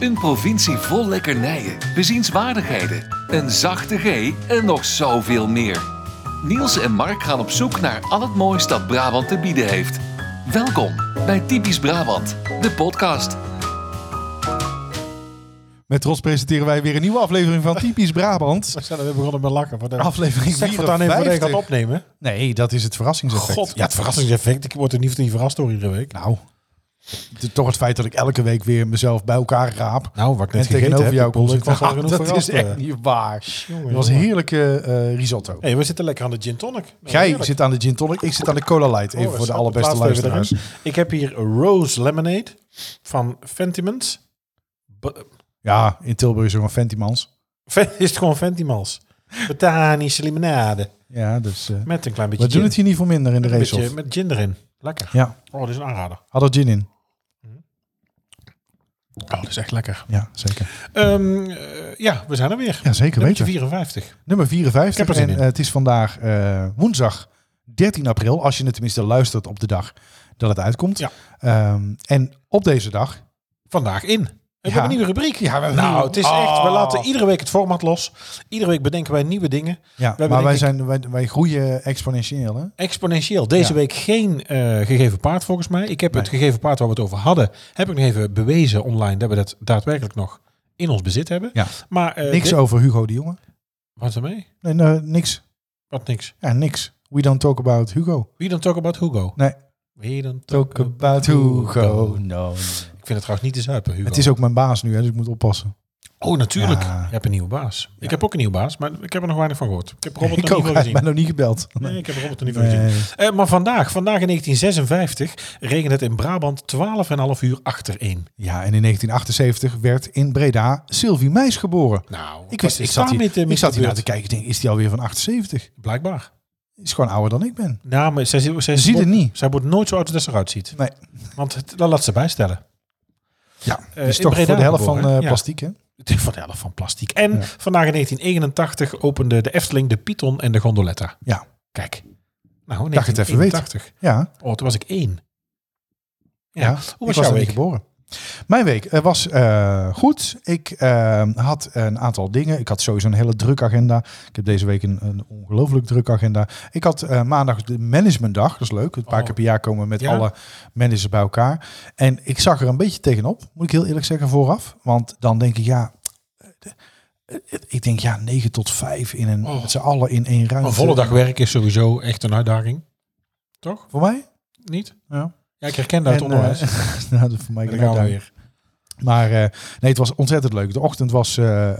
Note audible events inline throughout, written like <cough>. Een provincie vol lekkernijen, bezienswaardigheden, een zachte G en nog zoveel meer. Niels en Mark gaan op zoek naar al het moois dat Brabant te bieden heeft. Welkom bij Typisch Brabant, de podcast. Met trots presenteren wij weer een nieuwe aflevering <laughs> van Typisch Brabant. We zijn er weer begonnen met lachen. Maar dan- Aflevering Zeg het dan even wanneer je gaat 54. opnemen. Nee, dat is het verrassingseffect. God, ja, het verrassingseffect. Ik word er niet, niet verrast door iedere week. Nou, het is toch het feit dat ik elke week weer mezelf bij elkaar raap. Nou, wat ik en tegenover jou kom Ik was al zitten. genoeg <laughs> Dat verrast. is eh. echt niet waar. Jongen, Het was jongen. heerlijke eh, risotto. Hey, we zitten lekker aan de gin tonic. Nee, Jij heerlijk. zit aan de gin tonic, ik zit aan de cola light. Even Oh, voor de snap, allerbeste het laatste even luisteraars. erin. Ik heb hier Rose Lemonade van Fentimans. Be- Ja, in Tilburg is er gewoon Fentimans. Fen- <laughs> Is het gewoon Fentimans? Botanische limonade. Ja, dus eh, Met een klein beetje we doen gin. het hier niet voor minder in de Met race. een beetje- Met gin erin. Lekker. Ja, Oh, dit is een aanrader. had er gin in. Oh, dit is echt lekker. Ja, zeker. Ehm, eh, ja, we zijn er weer. Ja, zeker Nummertje weten. 54. Nummer 54. Ik heb er zin en, in. eh, het is vandaag eh, woensdag 13 april, als je het tenminste luistert op de dag dat het uitkomt. Ja. Ehm, en op deze dag, vandaag in. We hebben Ja. een nieuwe rubriek. Ja, we hebben een nou, nieuwe- het is Oh. echt. We laten iedere week het format los. Iedere week bedenken wij nieuwe dingen. ja, maar hebben denk wij, ik- zijn, wij, wij groeien exponentieel. Hè? Exponentieel. Deze Ja. week geen eh, gegeven paard volgens mij. Ik heb het gegeven paard waar we het over hadden, heb ik nog even bewezen online dat we dat daadwerkelijk nog in ons bezit hebben. Ja. Maar eh, niks dit- over Hugo de Jonge. Wat ermee? Nee, nee, niks. Wat niks. Ja, niks. We don't talk about Hugo. Wie dan talk about Hugo? Nee. Wie dan talk Talk about Hugo. No. Ik vind het trouwens niet te zuipen, Hugo. Het is ook mijn baas nu, hè, dus ik moet oppassen. Oh, natuurlijk. Ja. Je hebt een nieuwe baas. Ik heb ook een nieuwe baas, maar ik heb er nog weinig van gehoord. <laughs> Ik heb Robert ik nog ook, niet hij veel heeft mij nog gezien. niet gebeld. Nee, ik heb Robert nog niet veel gezien. Nee. Eh, maar vandaag, vandaag in 1956, regent het in Brabant 12,5 uur achtereen. Ja, en in 1978 werd in Breda Sylvie Meis geboren. Nou, Ik wist, ik zat, hier, ik zat hier naar te kijken. Ik denk, is die alweer van 78? Blijkbaar. Is gewoon ouder dan ik ben. Nou, maar zij, zij, zij, Je ziet het niet. zij wordt nooit zo oud als ze eruit ziet. Nee. Want het, dat laat ze bijstellen. Ja, Eh, is in toch Breda voor de helft geboren, van eh, hè? <laughs> Ja. plastiek, hè? Het is Van de helft van plastic. En Ja. vandaag in 1981 opende de Efteling de Python en de Gondoletta. Ja. Kijk. Nou, Dacht het even 1981. Ja, Oh, toen was ik één. Ja. Ja, Hoe was ik was jouw daar week? niet geboren. Mijn week eh, was eh, goed. Ik eh, had een aantal dingen. Ik had sowieso een hele drukke agenda. Ik heb deze week een, een ongelooflijk drukke agenda. Ik had eh, maandag de managementdag. Dat is leuk. Een paar Oh. keer per jaar komen we met Ja? alle managers bij elkaar. En ik zag er een beetje tegenop, moet ik heel eerlijk zeggen, vooraf. Want dan denk ik, ja... eh, eh, Ik denk, ja, 9 tot 5 in een, Oh. met z'n allen in één ruimte. Een volle dag werk is sowieso echt een uitdaging. Toch? Voor mij? Niet? Ja. Ja, ik herken dat En, onderwijs. eh, <laughs> nou, dat is voor mij Daar geen gaan we uitdaging. weer. Maar eh, nee, het was ontzettend leuk. De ochtend was eh, eh,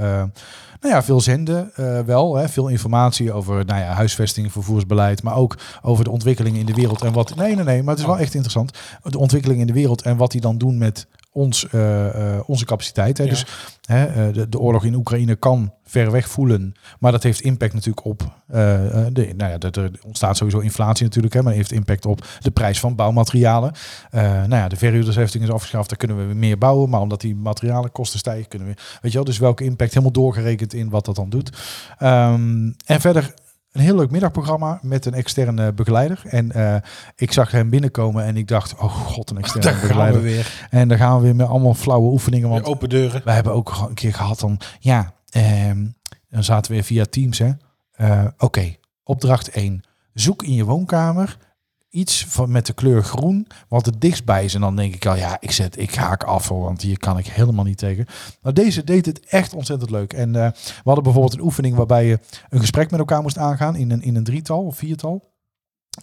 nou ja, veel zenden eh, wel. Hè, veel informatie over nou ja, huisvesting, vervoersbeleid. Maar ook over de ontwikkelingen in de wereld. En wat, nee, nee, nee. Maar het is wel echt interessant. De ontwikkelingen in de wereld en wat die dan doen met ons, eh, eh, onze capaciteit. Hè. Ja. Dus hè, eh, de, de oorlog in Oekraïne kan ver weg voelen. Maar dat heeft impact natuurlijk op. eh, eh, de, nou ja, dat er ontstaat sowieso inflatie natuurlijk. Hè, maar heeft impact op de prijs van bouwmaterialen. Eh, nou ja, de verhuurdershefting is afgeschaft. Daar kunnen we weer meer bouwen. Maar omdat die materialenkosten stijgen, kunnen we. Weet je wel, dus welke impact helemaal doorgerekend in wat dat dan doet. Ehm, en verder. Een heel leuk middagprogramma met een externe begeleider. En eh, ik zag hem binnenkomen en ik dacht, oh god, <laughs> een externe Daar gaan we begeleider. weer. En dan gaan we weer met allemaal flauwe oefeningen. Want Weer open deuren. we hebben ook gewoon een keer gehad dan, ja, ehm, dan zaten we via Teams, hè. Eh, Oké, opdracht 1. Zoek in je woonkamer iets van, met de kleur groen, wat het dichtst bij is. En dan denk ik al, ja, ik, zet, ik haak af, hoor, want hier kan ik helemaal niet tegen. Maar deze deed het echt ontzettend leuk. En eh, we hadden bijvoorbeeld een oefening waarbij je een gesprek met elkaar moest aangaan in een, in een drietal of viertal.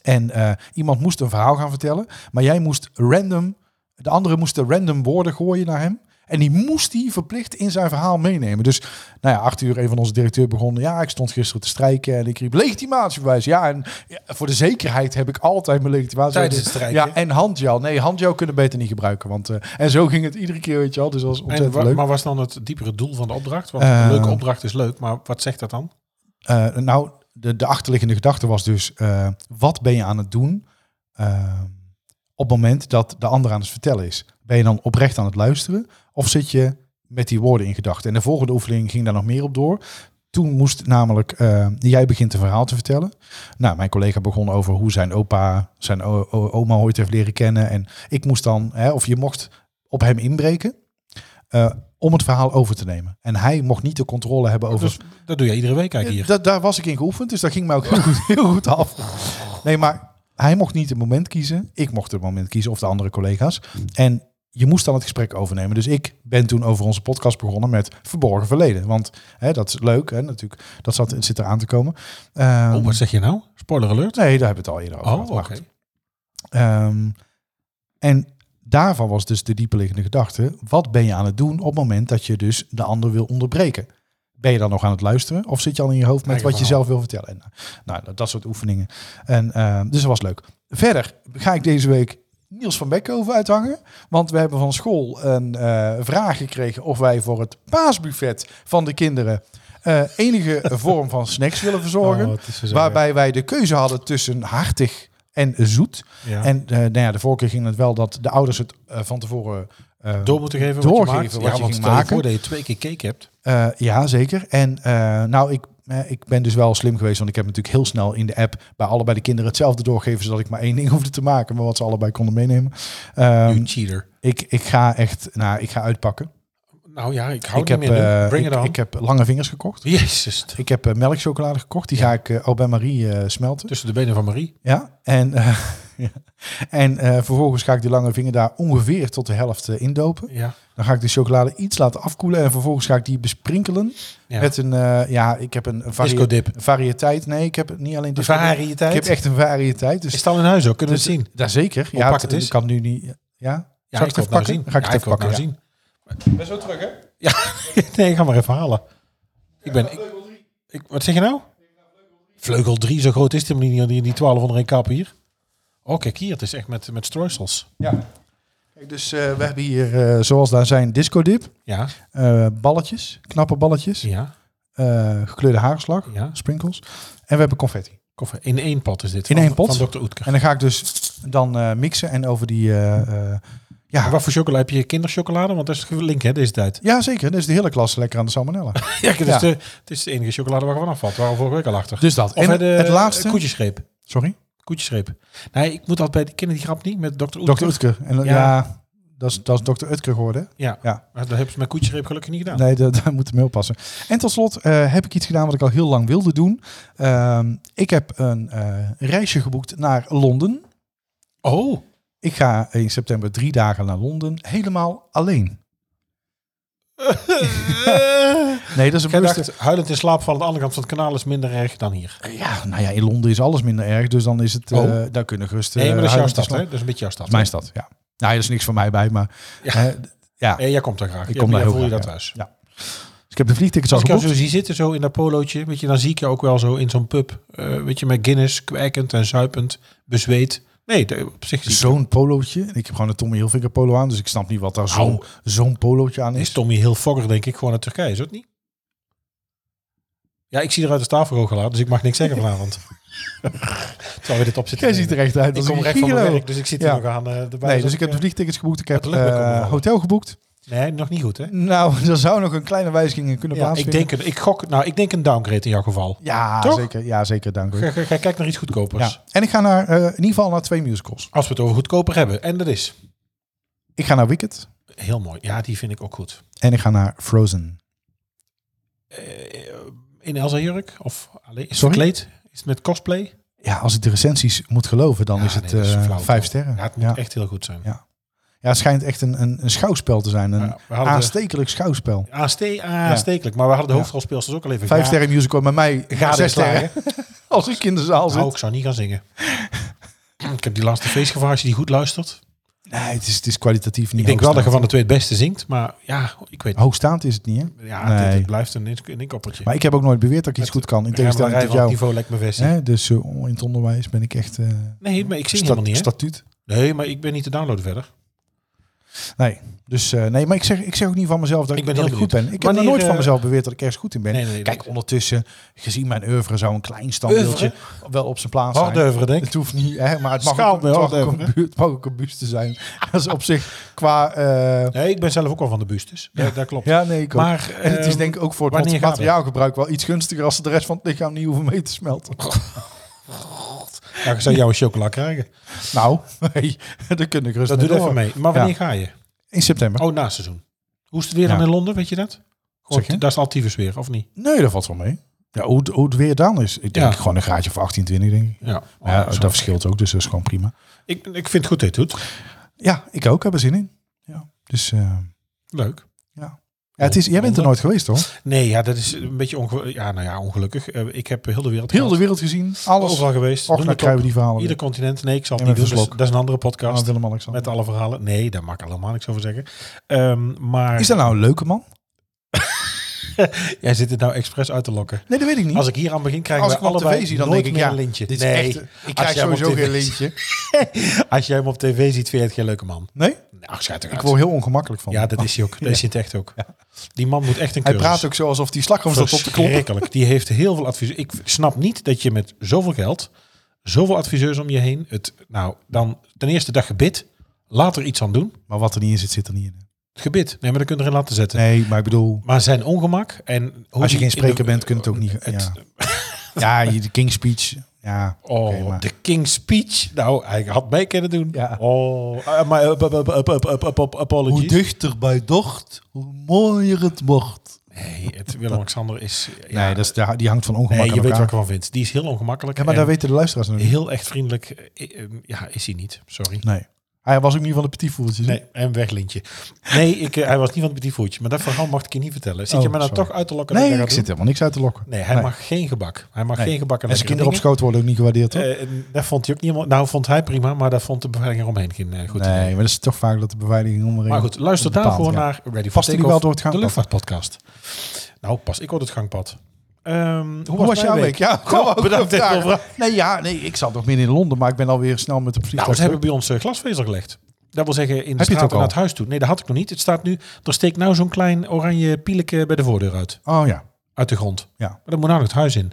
En eh, iemand moest een verhaal gaan vertellen, maar jij moest random, de andere moest de random woorden gooien naar hem. En die moest hij verplicht in zijn verhaal meenemen. Dus, nou ja, acht uur, een van onze directeur begon. Ja, ik stond gisteren te strijken en ik riep legitimatiebewijs. Ja, en ja, voor de zekerheid heb ik altijd mijn legitimatie. Tijdens het strijken? Ja, en handgel. Nee, handgel kunnen we beter niet gebruiken. Want, eh, en zo ging het iedere keer, weet je wel. Dus dat was En ontzettend wa- leuk. maar was dan het diepere doel van de opdracht? Want Eh. een leuke opdracht is leuk, maar wat zegt dat dan? Eh, nou, de, de achterliggende gedachte was dus, eh, wat ben je aan het doen eh, op het moment dat de ander aan het vertellen is? Ben je dan oprecht aan het luisteren of zit je met die woorden in gedachten? En de volgende oefening ging daar nog meer op door. Toen moest namelijk, eh, jij begint een verhaal te vertellen. Nou, mijn collega begon over hoe zijn opa, zijn o- o- oma ooit heeft leren kennen. En ik moest dan, hè, of je mocht op hem inbreken. eh, om het verhaal over te nemen. En hij mocht niet de controle hebben over... Dus dat doe je iedere week eigenlijk hier. Eh, Da- daar was ik in geoefend, dus dat ging mij ook heel goed, heel goed af. Nee, maar hij mocht niet het moment kiezen. Ik mocht het moment kiezen, of de andere collega's. En je moest dan het gesprek overnemen. Dus ik ben toen over onze podcast begonnen met verborgen verleden. Want hè, dat is leuk, hè, natuurlijk. Dat zat, zit eraan te komen. Ehm, Oh, wat zeg je nou? Spoiler alert. nee, daar hebben we het al eerder over Oh, gehad. oké. maar goed. Ehm, en daarvan was dus de dieperliggende gedachte: wat ben je aan het doen op het moment dat je dus de ander wil onderbreken? Ben je dan nog aan het luisteren of zit je al in je hoofd met Eigen wat je verhaal. zelf wil vertellen? En, nou, dat, dat soort oefeningen. En, ehm, dus dat was leuk. Verder ga ik deze week Niels van Bekkoven uithangen. Want we hebben van school een eh, vraag gekregen of wij voor het paasbuffet van de kinderen eh, enige <laughs> vorm van snacks willen verzorgen. Oh, het is zo zo, waarbij wij de keuze hadden tussen hartig en zoet. ja. En eh, nou ja, de vorige keer ging het wel dat de ouders het eh, van tevoren eh, door moeten geven wat doorgeven je maakt. wat ja, je want ging stel je maken. voor dat je twee keer cake hebt. eh, ja, zeker. En eh, nou, ik, eh, ik ben dus wel slim geweest, want ik heb natuurlijk heel snel in de app bij allebei de kinderen hetzelfde doorgeven, zodat ik maar één <laughs> ding hoefde te maken, maar wat ze allebei konden meenemen. Ehm, you cheater. ik, ik ga echt, nou, ik ga uitpakken. Nou ja, ik hou ik het heb, niet meer. nu. eh, Bring ik, it on. ik heb lange vingers gekocht. Jezus. Ik heb eh, melkchocolade gekocht. Die ga ik eh au Marie smelten. Tussen de benen van Marie. Ja, en, eh, <laughs> ja. en eh, vervolgens ga ik die lange vinger daar ongeveer tot de helft eh, indopen. Ja. Dan ga ik de chocolade iets laten afkoelen en vervolgens ga ik die besprinkelen Ja. met een, eh, ja, ik heb een varie- Disco dip. variëteit. Nee, ik heb niet alleen De disco dip. variëteit. Ik heb echt een variëteit. Dus, Is het al in huis ook? Kunnen dus we het zien? Daar zeker. Oh, Ja, pak het eens. Ik kan nu niet. Ja. Zal ik het even wil het nou pakken? zien. Dan Ga ik het Ja, even pakken? wil ja. het nou zien. <laughs> nee, ga maar even halen. Ik ben... Ik, ik- wat zeg je nou? Vleugel 3, zo groot is die niet die, die 12 onder één kap hier. Oh, kijk hier, het is echt met, met strooisels. Kijk, Dus eh, we hebben hier, eh, zoals daar zijn, disco dip, Ja, eh, balletjes, knappe balletjes, ja, eh, gekleurde haarslag, ja. sprinkles. En we hebben confetti. Koffie. In één pot is dit. In van- één pot? Van Dr. Oetker. En dan ga ik dus dan eh, mixen en over die... eh, eh, En ja, Wat voor chocola heb je? Kinderchocolade? Want dat is gelinkt hè, deze tijd. ja, zeker. Dus de hele klas lekker aan de salmonella. <laughs> Ja, het is, Ja. De, het is de enige chocolade waar we vanaf valt. Waar we vorige week al achter. Dus dat. Of en hè, de, het laatste... Koetjesgreep. Sorry? Koetjesgreep. Nee, ik moet altijd bij... die- Kennen die grap niet met Dr. Oetker? Dr. Utker. En, dan- Ja. ja. dat is, dat is Dr. Utker geworden. Ja. Ja. Maar dat hebben ze met Koetjesgreep gelukkig niet gedaan. Nee, dat- daar moeten we mee oppassen. En tot slot eh, heb ik iets gedaan wat ik al heel lang wilde doen. Ehm, ik heb een eh, reisje geboekt naar Londen. <laughs> Oh, Ik ga in september drie dagen naar Londen. Helemaal alleen. Nee, dat is een Jij bewuste... dacht, huilend in slaap vallen aan de andere kant van het kanaal is minder erg dan hier. Ja, nou ja, in Londen is alles minder erg. Dus dan is het... eh, Oh. daar kunnen gerust... Nee, maar dat is eh, jouw huilend stad, in slaap- hè? Dat is een beetje jouw stad. Dat is mijn stad, ja. Nou, er is niks van mij bij, maar... eh, Ja. hè, ja. Nee, jij komt daar graag. Ik Ja, kom maar daar jij heel voel je graag, dat thuis. Dus ik heb de vliegtickets al Als ik jou geboekt. zo zie zitten, zo in dat polootje, weet je, dan zie ik je ook wel zo in zo'n pub, eh, weet je, met Guinness, kwijkend en zuipend, bezweet. Nee, de- op zich zie ik- Zo'n polootje. Ik heb gewoon een Tommy Hilfiger polo aan, dus ik snap niet wat daar zo'n Au. zo'n polootje aan is is. Tommy heel fogger, denk ik, gewoon uit Turkije, is dat niet? Ja, ik zie eruit de tafel gelaten, dus ik mag niks <laughs> zeggen vanavond. <laughs> Terwijl we dit op zitten. Jij ziet er echt uit Ik als kom een recht van mijn gigolo. werk, dus ik zit hier Ja. nog aan eh, de Nee, dus ik heb de vliegtickets geboekt. Ik heb Het lukt me ook eh, wel. hotel geboekt. Nee, nog niet goed, hè? Nou, <laughs> er zou nog een kleine wijziging in kunnen Ja, ik, plaatsvinden. denk een, ik, gok, nou, ik denk een downgrade in jouw geval. Ja, Toch? zeker. Ja, zeker. Dank u. Ga, ga, ga kijk naar iets goedkopers. Ja. En ik ga naar, eh, in ieder geval naar twee musicals. Als we het over goedkoper hebben. En dat is Ik ga naar Wicked heel mooi. Ja, die vind ik ook goed. en ik ga naar Frozen. Eh, In Elsa jurk? Of alleen, is het Sorry? verkleed? Is het met cosplay? Ja, als ik de recensies moet geloven, dan Ja, is het nee, dat is eh, flauw, vijf toch? sterren. Ja, het moet ja. echt heel goed zijn. Ja. Ja, het schijnt echt een, een, een schouwspel te zijn. Een Ja, we hadden de- aanstekelijk schouwspel. Aanste- aanstekelijk, maar we hadden de Ja. hoofdrolspeelsters ook al even. Vijf Ja, sterren musical, maar mij Ga zes sterren. <laughs> Als ik in de zaal zit. Nou, ik zou niet gaan <clears throat> zingen. ik heb die laatste feestgevaar, als je die goed luistert. Nee, het is, het is kwalitatief niet ik denk wel dat je van hoogstaand. de twee het beste zingt, maar ja, ik weet Hoogstaand is het niet, hè? Ja, het- het, Nee. blijft een, ink- een inkoppertje. Maar ik heb ook nooit beweerd dat ik iets goed kan. In tegenstelling tot jou. niveau lek me vest. Hè? Dus eh, in het onderwijs ben ik echt... eh Nee, maar ik zing sta- helemaal niet, hè? Statuut. Nee, maar ik ben niet te downloaden verder. Nee, dus, eh, nee maar ik zeg, ik zeg ook niet van mezelf dat Ik ik, ben dat heel ik goed ben. benieuwd. Ik heb nog Wanneer, nooit van eh, mezelf beweerd dat ik ergens goed in ben. Nee, nee, nee. Kijk, ondertussen, gezien mijn oeuvre, zou een klein standbeeldje wel op zijn plaats zijn. Hardeuveren, denk ik. Het hoeft niet, hè, maar het mag, Schaal ook, me, het, mag ook hardeuveren. een bu- het mag ook een buste zijn. <laughs> Dat is op zich qua... eh, Nee, ik ben zelf ook al van de bustes. Ja, dat klopt. Ja, nee, ik ook. Maar, en het is ehm, denk ik ook voor wanneer het gaat materiaalgebruik wel iets gunstiger als ze de rest van het lichaam niet hoeven mee te smelten. <laughs> Nou, ik zou jou een chocola krijgen. nou, <laughs> hey, dat kunnen we gerust Dat mee doet even door. mee. Maar wanneer Ja. ga je? In september. Oh, na seizoen. Hoe is het weer dan Ja. in Londen, weet je dat? Gewoon, Zeg je? daar is het al tyfus weer, of niet? Nee, dat valt wel mee. Ja, hoe, het- hoe het weer dan is. Ik denk Ja. Oh, gewoon een graadje of 18, 20, denk ik. Ja, Maar ja, dat verschilt ook, dus dat is gewoon prima. Ik, ik vind het goed dat je het doet. Ja, ik ook. Heb er zin in. Ja, dus... eh, Leuk. ja, het is, jij bent er nooit geweest, hoor. Nee, ja, dat is een beetje onge ja, nou ja, ongelukkig. Eh, ik heb heel de wereld Heel de gehad. wereld gezien. Alles. Overal geweest. Och, Noem dan het op. krijgen we die verhalen Ieder weer. continent. Nee, ik zal het En niet doen. met Dat is, Verslok. dat is een andere Ah, podcast. Willem-Alexander. met alle verhalen. Nee, daar mag ik allemaal niks over zeggen. Ehm, maar Is dat nou een leuke man? jij zit het nou expres uit te lokken. Nee, dat weet ik niet. Als ik hier aan begin krijg, Als ik hem op allebei tv zie, dan nooit denk ik, meer ja, een lintje. dit is nee, echt- ik krijg jij hem op sowieso tv geen lintje. <laughs> als jij hem op tv ziet, vind je het geen leuke man. Nee? Ach, schijt Nou, Ik word heel ongemakkelijk van. Ja, dat is hij ook. Dat is hij het echt ook. Die man moet echt een Hij cursus. praat ook zo alsof die slagroom zat op te kloppen. Verschrikkelijk. Die heeft heel veel advies. Ik snap niet dat je met zoveel geld, zoveel adviseurs om je heen, het, nou, dan ten eerste dat gebit, later iets aan doen. Maar wat er niet in zit, zit er niet in. Het gebit, nee, maar dat kun je erin laten zetten. Nee, maar ik bedoel, Maar zijn ongemak en... hoe als je die geen spreker in de- bent, kun je het ook niet... het- ja. <laughs> ja, je- de King Speech. Ja, Oh, oké, maar- de King Speech. Nou, hij had mee kunnen doen. Ja. Oh, eh, maar eh, eh, eh, eh, eh, eh, eh, Hoe apologies. dichter bij docht, hoe mooier het mocht. Nee, het Willem-Alexander is... ja, Nee, dat is, die- die hangt van ongemak nee, je aan weet elkaar. waar ik van vind. Die is heel ongemakkelijk. ja, maar en daar weten de luisteraars nog niet. Heel echt vriendelijk. eh, eh, Ja, is hij niet. Sorry. Nee. Hij was ook niet van de petitvoertjes. hè? Nee, en weg Lintje. Nee, ik, eh, hij was niet van het petit voetje, maar dat verhaal mag ik je niet vertellen. Zit Oh, je mij nou sorry. toch uit te lokken? Nee, dat ik ik dat zit doe? helemaal niks uit te lokken. Nee, hij Nee. mag geen gebak. Hij mag Nee. geen gebak en En zijn lekkere kinderen op schoot dingen. worden ook niet gewaardeerd, toch? Eh, en dat vond hij ook niet helemaal. Nou, vond hij prima, maar dat vond de beveiliging eromheen geen eh, goed idee. nee, maar dat is toch vaak dat de beveiliging omring. Maar goed, luister daar bepaald, gewoon ja. naar Ready for Past hij nu Takeoff, wel door het de gangpad? luchtvaartpodcast. Nou, pas ik op het gangpad. Ehm, Hoe was, jouw week? Ja, <laughs> Goh, ook bedankt een echt vraag. voor de vraag. Nee, ja, nee, ik zat nog midden in Londen, maar ik ben alweer snel met de vliegtuig. Nou, ze hebben terug. bij ons eh, glasvezel gelegd. Dat wil zeggen in de het ook straat al? naar het huis toe. Nee, dat had ik nog niet. Het staat nu, er steekt nou zo'n klein oranje pieleke bij de voordeur uit. Oh ja. uit de grond. Ja. Maar dat moet nou het huis in.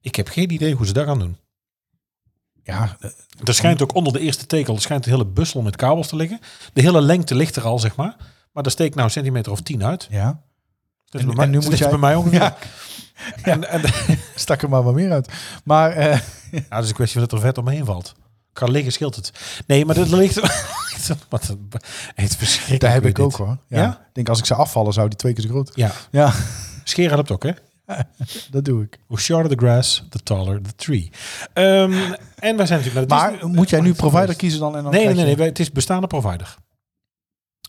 Ik heb geen idee hoe ze dat gaan doen. Ja, eh, Er schijnt ook onder de eerste tekel, er schijnt een hele bussel met kabels te liggen. De hele lengte ligt er al, zeg maar. Maar daar steekt nou een centimeter of tien uit. ja. Dat En- Dus bij mij- en nu dat moet is jij- bij mij ongeveer. <laughs> Ja. En, en, Stak er maar wat meer uit. Maar eh, ja, dat is een kwestie van dat er vet omheen valt. Kan liggen, scheelt het. Nee, maar dat ligt... <laughs> Wat een... Het verschrikkelijk. daar heb weer ik dit. ook hoor. Ja. Ja? Ik denk als ik zou afvallen, zou die twee keer zo groot. Ja, Dus Ja, scheren helpt ook, hè? dat doe ik. Hoe shorter the grass, the taller the tree. Ehm, en wij zijn natuurlijk... naar de Maar Disney- Oh, moet jij nu provider kiezen dan? En dan Nee, nee, krijg je- nee, nee. wij- Het is bestaande provider.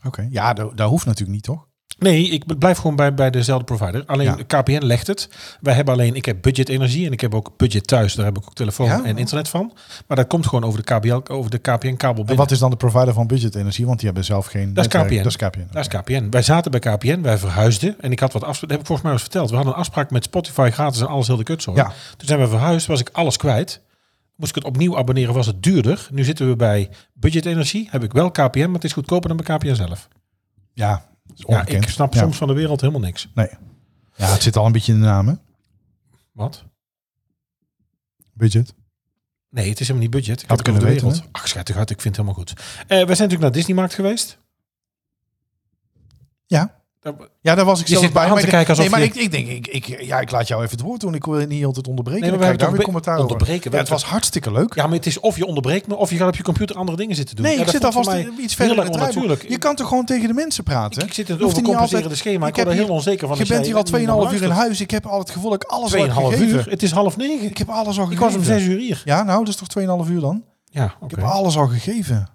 Oké, ja, dat, dat hoeft natuurlijk niet, toch? Nee, ik blijf gewoon bij, bij dezelfde provider. Alleen KPN legt het. Wij hebben alleen, ik heb budget energie en ik heb ook budget thuis. Daar heb ik ook telefoon Ja? en internet van. Maar dat komt gewoon over de, KBL, over de KPN kabel En binnen. wat is dan de provider van budget energie? Want die hebben zelf geen. Dat is netwerk. KPN. Dat is KPN. Daar is KPN. Wij zaten bij KPN, wij verhuisden. En ik had wat afspraken, dat heb ik volgens mij eens verteld. We hadden een afspraak met Spotify gratis en alles heel de kutzooi. Ja. Toen zijn we verhuisd, was ik alles kwijt. Moest ik het opnieuw abonneren, was het duurder. Nu zitten we bij budget energie. Heb ik wel KPN, maar het is goedkoper dan bij KPN zelf. Ja, dat is Ja, ongekend. ik snap Ja. soms van de wereld helemaal niks. Nee. Ja, het zit al een beetje in de namen. Wat? Budget. Nee, het is helemaal niet budget. Had Ik had het over de kunnen wereld. weten, Ach, schattig uit. Ik vind het helemaal goed. Eh, we zijn natuurlijk naar Disneymarkt geweest. Ja. Daar- Ja, daar was ik Je zelf zit me bij. aan maar te ik- kijken alsof nee, maar ik, je- ik denk, ik, ik, ja, ik laat jou even het woord doen. Ik wil je niet altijd onderbreken. Nee, Nee, maar maar we krijg ik daar weer hebben toch commentaar be- over. onderbreken. We Ja, het was hebben hartstikke leuk. Ja, maar het is of je onderbreekt me, of je gaat op je computer andere dingen zitten doen. nee, Ja, ik dat zit vond voor alvast mij iets verder heel in erg het draaiboek. onnatuurlijk. Je kan toch gewoon tegen de mensen praten? Ik, ik zit Je in het hoeft er niet overcompenserende altijd- schema. Ik heb word er heel hier- onzeker van. Je als bent jij hier al 2,5 uur in luistert. huis. Ik heb al het gevoel dat ik alles al heb 2,5 gegeven. uur? Het is half negen. Ik heb alles al gegeven. Ik was om 6 uur hier. Ja, nou, dat is toch 2,5 uur dan? Ja, Ik oké. heb alles al gegeven.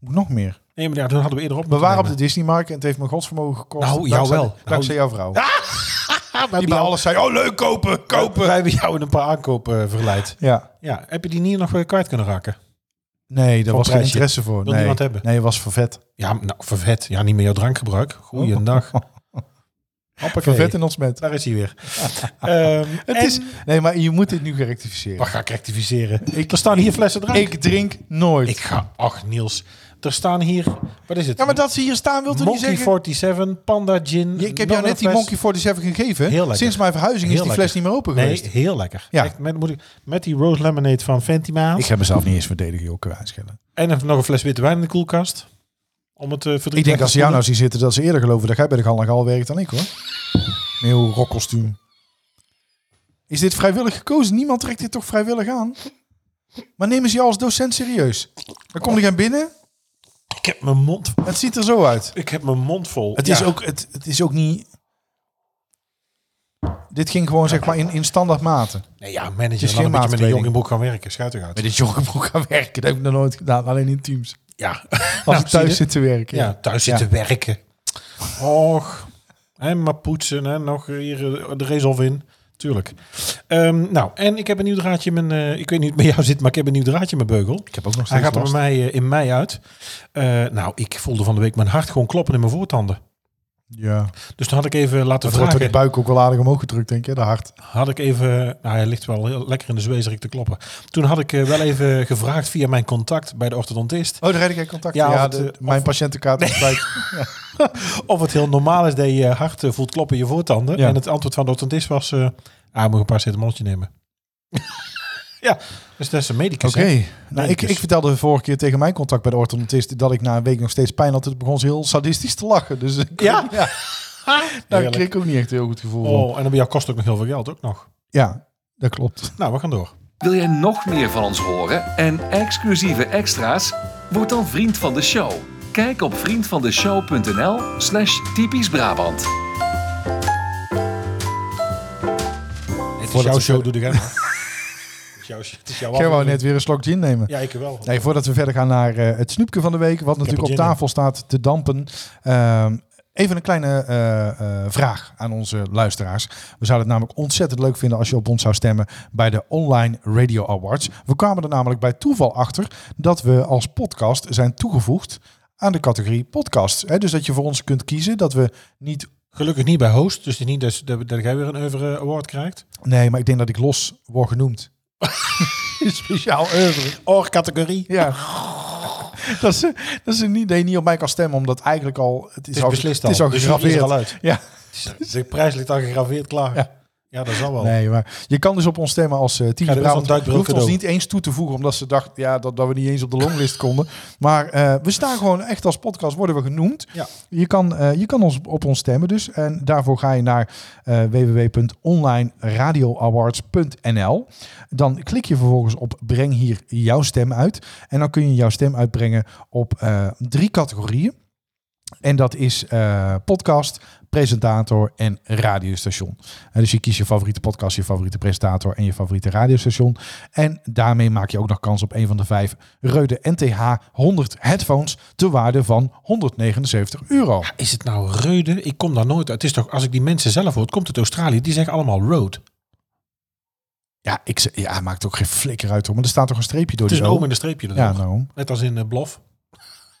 Moet nog meer. Nee, maar ja, toen hadden we eerder op We moeten waren op de nemen. Disneymarkt en het heeft mijn godsvermogen gekost. Nou, jou dankzij, wel. Dankzij jouw <laughs> vrouw. Ah, we die hebben bij jou- alles zei, oh leuk, kopen, kopen. Wij hebben jou in een paar aankopen verleid. Ja. Ja, heb je die niet nog eh, kwijt kunnen raken? Nee, daar Voor was geen prijsje. interesse voor. Wil nee. niemand hebben. Nee, was vervet. Ja, nou, vervet. Ja, niet meer jouw drankgebruik. <laughs> Goeiedag. Hoppakee. Vervet in ons met. Daar is <laughs> hij weer. Ehm, Het en- is, nee, maar je moet dit nu gaan rectificeren. Wat ga ik rectificeren? er staan hier flessen drank. Ik drink nooit. Ik ga... Ach, Niels. Er staan hier... Wat is het? ja, maar dat ze hier staan wil toch niet Monkey zeggen... 47, Panda Gin. Je- ik heb nog jou een net die fles. Monkey 47 gegeven. Heel lekker. Sinds mijn verhuizing is Heel die lekker. fles niet meer open geweest. Nee, heel lekker. Ja. Echt, met, moet ik, met die Rose Lemonade van Fenty Maas. Ik heb mezelf niet eens verdedigd, joh, kunnen aanschellen. En nog een fles witte wijn in de koelkast. Om het eh, verdriet Ik denk weg als te ze jou nou spoelen. zien zitten, dat ze eerder geloven dat jij bij de Galnagal werkt dan ik hoor. Een heel rockkostuum. Is dit vrijwillig gekozen? Niemand trekt dit toch vrijwillig aan? Maar nemen ze jou als docent serieus? Dan kom je gaan binnen. Ik heb mijn mond, Het ziet er zo uit. ik heb mijn mond vol. Het, Ja. is, ook, het, het is ook niet... Dit ging gewoon zeg maar in, in standaard maten. Nee, ja, is manager. geen Laat een beetje met een maatkleding. jong in broek gaan werken. Schuit eruit. Met dit joggingbroek gaan werken, dat heb ik nog nooit gedaan. Alleen in teams. Ja. Als Nou, ik thuis zie zit te werken. Ja, thuis zitten werken. Och. En maar poetsen. En nog hier eh, de race of in. Tuurlijk. Ehm, nou, en ik heb een nieuw draadje. in Mijn, eh, ik weet niet hoe het met jou zit, maar ik heb een nieuw draadje in mijn beugel. Ik heb ook nog Hij steeds gaat er bij last. mij eh, in mei uit. Eh, nou, ik voelde van de week mijn hart gewoon kloppen in mijn voortanden. Ja. Dus toen had ik even laten Dat wordt door die vragen. buik ook wel aardig omhoog gedrukt, denk je? De hart. Had ik even, nou hij ligt wel heel lekker in de zwezerik te kloppen. Toen had ik eh, wel even gevraagd via mijn contact bij de orthodontist. Oh, daar heb ik geen contact. Ja, Ja, of het, de- eh, mijn patiëntenkaart is kwijt. <laughs> Of het heel normaal is dat je je hart eh, voelt kloppen in je voortanden. Ja. En het antwoord van de orthodontist was, eh ah, moet een paracetamoltje nemen. <laughs> ja, dus dat is een medicus. Oké. hè? Nou, ik, dus- ik vertelde de vorige keer tegen mijn contact bij de orthodontist dat ik na een week nog steeds pijn had. Het begon ze heel sadistisch te lachen. Dus ik- <laughs> Ja? ja. <laughs> daar Heerlijk. kreeg ik ook niet echt een heel goed gevoel van. Oh, en dan bij jou kost het ook nog heel veel geld, ook nog. Ja, dat klopt. Nou, we gaan door. Wil jij nog meer van ons horen en exclusieve extra's? Word dan vriend van de show. Kijk op vriendvandeshow.nl slash typisch Brabant. Het is Voordat jouw we show, doe de gang. maar. <laughs> het is jouw, het is jouw Ik wou aflevering. net weer een slok gin nemen. Ja, ik wel. Nee, voordat we verder gaan naar eh, het snoepje van de week, wat natuurlijk op gin in. tafel staat te dampen. Ehm, even een kleine eh, eh, vraag aan onze luisteraars. We zouden het namelijk ontzettend leuk vinden als je op ons zou stemmen bij de Online Radio Awards. We kwamen er namelijk bij toeval achter dat we als podcast zijn toegevoegd aan de categorie podcast. Hè, dus dat je voor ons kunt kiezen dat we niet... Gelukkig niet bij host, dus niet dat, dat, dat jij weer een oeuvre eh, award krijgt. Nee, maar ik denk dat ik los word genoemd. <laughs> Speciaal oeuvre. Or categorie. Ja. <laughs> dat, is, dat is een idee niet op mij kan stemmen, omdat eigenlijk al... Het is, Het is al, beslist al. Dus het is al De jury gegraveerd. is er al uit. Ja. De prijs ligt al gegraveerd klaar. Ja. Ja, dat zal wel. Nee, maar je kan dus op ons stemmen als eh Team Oh. Ga er eens Brabant. een duikbril Je hoeft ons cadeau. niet eens toe te voegen, omdat ze dachten ja, dat, dat we niet eens op de longlist konden. Maar eh, we staan gewoon echt als podcast, worden we genoemd. Ja. Je kan, eh, je kan ons, op ons stemmen dus. En daarvoor ga je naar eh www.onlineradioawards.nl. Dan klik je vervolgens op breng hier jouw stem uit. En dan kun je jouw stem uitbrengen op eh, drie categorieën. En dat is eh, podcast, presentator en radiostation. En dus je kiest je favoriete podcast, je favoriete presentator en je favoriete radiostation. En daarmee maak je ook nog kans op een van de vijf Reude NTH 100 headphones te waarde van 179 euro. Is het nou Reude? Ik kom daar nooit uit. Het is toch, als ik die mensen zelf hoor, het komt uit Australië, die zeggen allemaal road. Ja, ik, ze- ja maakt ook geen flikker uit hoor. Maar er staat toch een streepje door Het is die een O? oom in een streepje erdoor. Ja, nou, Net als in eh, Blof.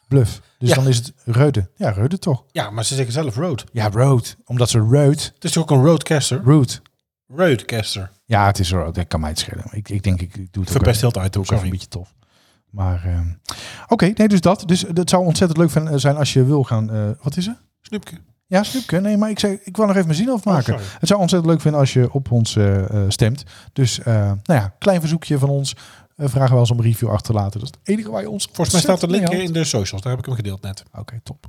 bluff. Dus Ja. dan is het Reude. Ja, Reude toch? Ja, maar ze zeggen zelf road. Ja, road. Omdat ze road, Het is toch ook een roadcaster? road. Roadcaster. Ja, het is road. Dat kan mij het schelen. Ik, ik denk, ik, ik doe het ook Verpest heel de tijd ook. ook even een beetje tof. Maar ehm, oké, nee, dus dat. Dus dat zou ontzettend leuk van- zijn als je wil gaan. eh, wat is er? Snoepje. Ja, snoepje. Nee, maar ik, zei, ik wil nog even mijn zin afmaken. Oh, sorry. het zou ontzettend leuk vinden als je op ons eh, eh, stemt. Dus eh, nou ja, klein verzoekje van ons. Eh, vragen we wel eens om een review achter te laten. Dat is het enige waar je ons. Volgens mij staat de link ontzettend eh, mee in de socials. Daar heb ik hem gedeeld net. helpt. Oké, top.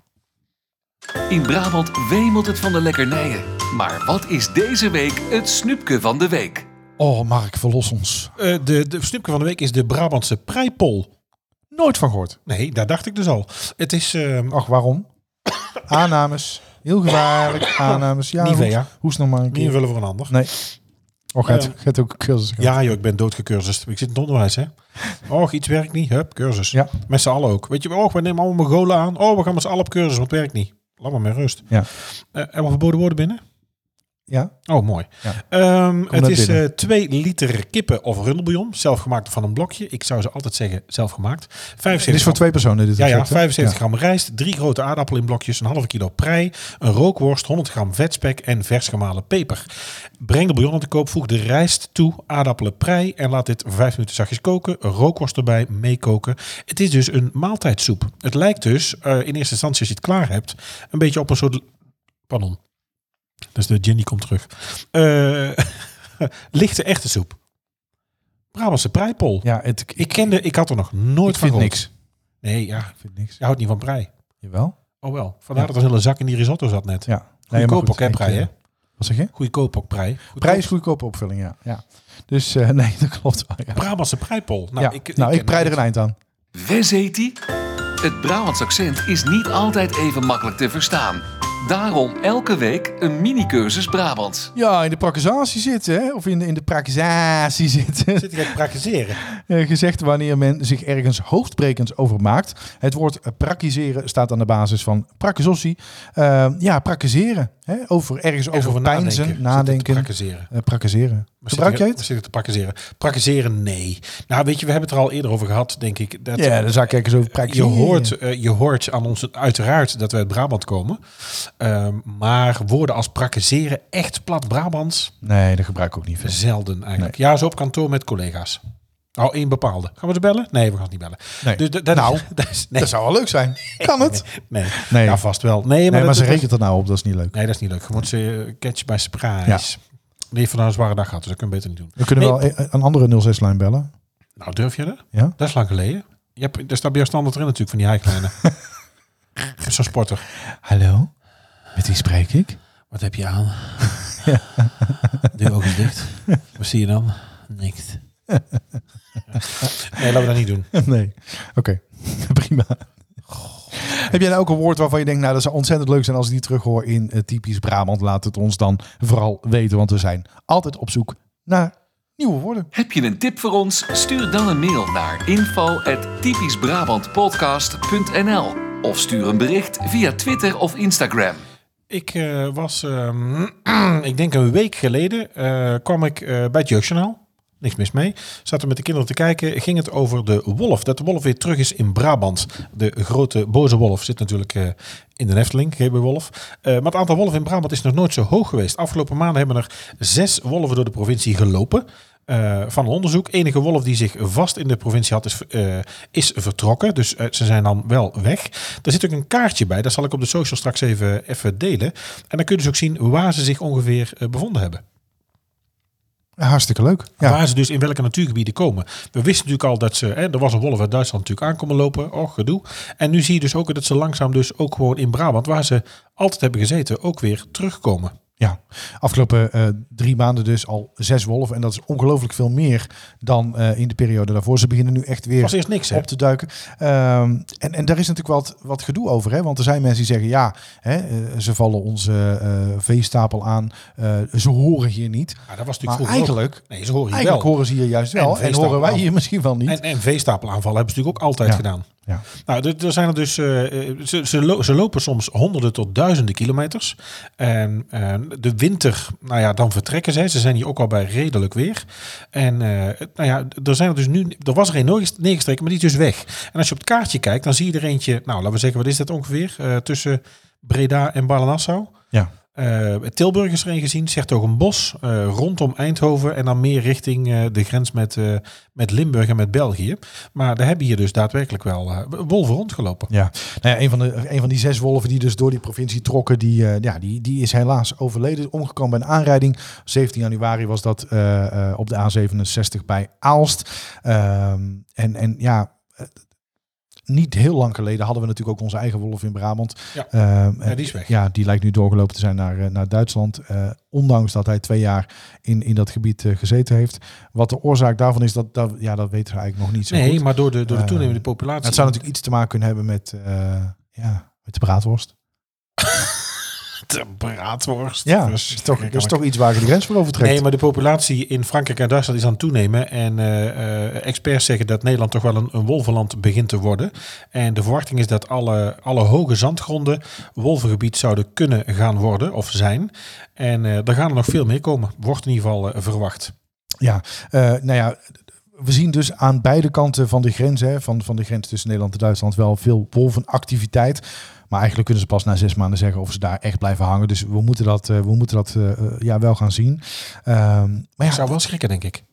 In Brabant wemelt het van de lekkernijen. Maar wat is deze week het snoepje van de week? Oh, Mark, verlos ons. Eh, de de snoepje van de week is de Brabantse preipol. Nooit van gehoord. Nee, daar dacht ik dus al. Het is ehm Ach, waarom? aannames. Heel gevaarlijk. Aannames. Ja, Nivea. hoest- hoest nog maar een niet keer. invullen voor een ander. Nee. Oh, gaat, Ja. gaat ook cursus. Ja, joh, ik ben doodgecursust. Ik zit in het onderwijs, hè. Och, iets werkt niet. Hup, cursus. Ja. Met z'n allen ook. Weet je, oh, we nemen allemaal Mongolen aan. Oh, we gaan met z'n allen op cursus, want het werkt niet. Laat maar met rust. Ja. Eh, hebben we verboden woorden binnen? ja? Oh, mooi. Ja. Ehm, het net is binnen. eh 2 liter kippen of rundelbouillon. Zelfgemaakt van een blokje. Ik zou ze altijd zeggen zelfgemaakt. 75 Dit is voor twee personen. Dit Ja, ja, recept, hè? 75 gram rijst, drie grote aardappelen in blokjes, een halve kilo prei, een rookworst, 100 gram vetspek en vers gemalen peper. Breng de bouillon aan te koop, voeg de rijst toe, aardappelen, prei en laat dit 5 minuten zachtjes koken. Een rookworst erbij, meekoken. Het is dus een maaltijdsoep. Het lijkt dus, eh, in eerste instantie als je het klaar hebt, een beetje op een soort... Pardon. Dus de Jenny komt terug. Eh, <laughs> lichte echte soep. Brabantse preipol. Ja, het, ik, Ik kende, ik had er nog nooit ik van vind gehoord. niks. Nee, ja, Ik vind niks. je houdt niet van prei. Jawel. Oh wel. Vandaar Ja. dat er een hele zak in die risotto zat net. Ja. Goedkoop maar goed, ook, hè, ik, prei, eh, hè? Wat zeg je? Goedkoop ook prei. Goedkoop. Prijs goedkope opvulling, ja. ja. Dus eh, <laughs> nee, dat klopt wel. Ja. Brabantse preipol. Nou, Ja. ik, nou, ik ken prei er het. een eind aan. Wes heet die? Het Brabants accent is niet altijd even makkelijk te verstaan. Daarom elke week een mini-cursus Brabants. Ja, in de praktisatie zitten, hè? of in de, in de praktisatie <laughs> zitten. Zit ik te praktiseren? Eh, gezegd wanneer men zich ergens hoofdbrekend over maakt. Het woord eh, praktiseren staat aan de basis van praktisossie. Eh, ja, praktiseren. Hè? Over ergens over, peinzen, nadenken. Zit eh ik te praktiseren. praktiseren. Maar Gebruik zit je ik- het? Zit ik te praktiseren? Praktiseren, nee. Nou, weet je, we hebben het er al eerder over gehad, denk ik. Dat, Ja, dan zou ik eens over je, praktiseren. hoort, eh, je hoort aan ons uiteraard dat we uit Brabant komen. Ehm, maar woorden als praktiseren, echt plat Brabants, Nee, dat gebruik ik ook niet veel. zelden eigenlijk. Ja, zo op kantoor met collega's. Oh, één bepaalde. Gaan we ze bellen? Nee, we gaan het niet bellen. Nee. Dus dat- dat- Nou, dat is, <laughs> nee, Dat zou wel leuk zijn. Kan het? nee. Nee. Ja, vast wel. Nee, maar, Nee, dat- maar ze dat- rekent er nou op, dat is niet leuk. Nee, dat is niet leuk. Gewoon ze catch by surprise. Ja. Die heeft vandaag een zware dag gehad, dus dat kunnen we beter niet doen. We kunnen Nee. wel e- een andere 06-lijn bellen. Nou, durf je dat? Ja? Dat is lang geleden. Je hebt, daar staat bij jou standaard in natuurlijk, van die hijklijnen. <laughs> Zo'n sporter. Hallo? Met wie spreek ik? Wat heb je <laughs> aan? <laughs> Doe ook eens dicht. Wat zie je dan? <laughs> Niks. nee, laten we dat niet doen. Nee. Oké, <laughs> prima. Heb jij nou ook een woord waarvan je denkt, nou dat zou ontzettend leuk zijn als ik die terughoor in eh, typisch Brabant? Laat het ons dan vooral weten, want we zijn altijd op zoek naar nieuwe woorden. Heb je een tip voor ons? Stuur dan een mail naar info@typischbrabantpodcast.nl of stuur een bericht via Twitter of Instagram. Ik eh, was, ehm, <clears throat> ik denk een week geleden, eh, kwam ik eh, bij het Jeugdjournaal. Niks mis mee. Zaten met de kinderen te kijken. Ging het over de wolf. Dat de wolf weer terug is in Brabant. De grote boze wolf zit natuurlijk eh, in de Efteling, GB Wolf. Eh, maar het aantal wolven in Brabant is nog nooit zo hoog geweest. Afgelopen maanden hebben er zes wolven door de provincie gelopen. eh, van een onderzoek. Enige wolf die zich vast in de provincie had, is, eh, is vertrokken. Dus eh, ze zijn dan wel weg. Er zit ook een kaartje bij. Dat zal ik op de social straks even, even delen. En dan kun je dus ook zien waar ze zich ongeveer eh, bevonden hebben. Hartstikke leuk. Ja. Waar ze dus in welke natuurgebieden komen. We wisten natuurlijk al dat ze, hè, er was een wolf uit Duitsland natuurlijk aankomen lopen. Och, gedoe. En nu zie je dus ook dat ze langzaam dus ook gewoon in Brabant, waar ze altijd hebben gezeten, ook weer terugkomen. ja, afgelopen eh, drie maanden dus al zes wolven. En dat is ongelooflijk veel meer dan eh, in de periode daarvoor. Ze beginnen nu echt weer was eerst niks, hè? op te duiken. Ehm, en, en daar is natuurlijk wat, wat gedoe over. Hè? Want er zijn mensen die zeggen, ja, hè, eh, ze vallen onze eh veestapel aan. Eh, ze horen hier niet. Ja, Maar dat was natuurlijk vroeger ook. eigenlijk, Nee, ze horen je eigenlijk wel. horen ze hier juist wel. En, veestapel horen wij aan. hier misschien wel niet. En, en veestapelaanvallen hebben ze natuurlijk ook altijd Ja. gedaan. ja. Nou, er, er zijn er dus, eh, eh, ze, ze, lo- ze lopen soms honderden tot duizenden kilometers. En eh, de winter, nou ja, dan vertrekken ze. Ze zijn hier ook al bij redelijk weer. En eh, nou ja, er zijn er dus nu, er was er een nooit neergestreken, maar die is dus weg. En als je op het kaartje kijkt, dan zie je er eentje, nou laten we zeggen, wat is dat ongeveer? Eh, tussen Breda en Balenassau. Ja. Eh, Tilburg is er een gezien, zegt ook een bos eh, rondom Eindhoven en dan meer richting eh, de grens met, eh, met Limburg en met België. Maar daar hebben hier dus daadwerkelijk wel eh, wolven rondgelopen. Ja, nou ja, een, van de, een van die zes wolven die dus door die provincie trokken, die, eh, ja, die, die is helaas overleden, omgekomen bij een aanrijding. 17 januari was dat eh, eh, op de A67 bij Aalst. Ehm, en, en ja, eh, niet heel lang geleden hadden we natuurlijk ook onze eigen wolf in Brabant. Ja. Ehm, Ja, die is weg. Ja, die lijkt nu doorgelopen te zijn naar, eh, naar Duitsland. eh, ondanks dat hij twee jaar in, in dat gebied eh, gezeten heeft. Wat de oorzaak daarvan is, dat, dat, ja, dat weten we eigenlijk nog niet zo goed. Nee, maar door de, door de Eh, toenemende Ja, populatie. het zou natuurlijk iets te maken kunnen hebben met, eh, ja, met de braadworst. natuurlijk de braadworst. Ja, dat is, toch, Verschrikkelijk. dat is toch iets waar je de grens voor overtrekt. Nee, maar de populatie in Frankrijk en Duitsland is aan het toenemen. En eh, eh, experts zeggen dat Nederland toch wel een, een wolvenland begint te worden. En de verwachting is dat alle, alle hoge zandgronden wolvengebied zouden kunnen gaan worden of zijn. En eh er gaan er nog veel meer komen, wordt in ieder geval eh, verwacht. Ja, eh, nou ja, we zien dus aan beide kanten van de grens, hè, van, van de grens tussen Nederland en Duitsland, wel veel wolvenactiviteit. Maar eigenlijk kunnen ze pas na zes maanden zeggen of ze daar echt blijven hangen. Dus we moeten dat, eh, we moeten dat eh, eh, ja, wel gaan zien. Ehm, maar Ik ja, zou wel schrikken, denk ik.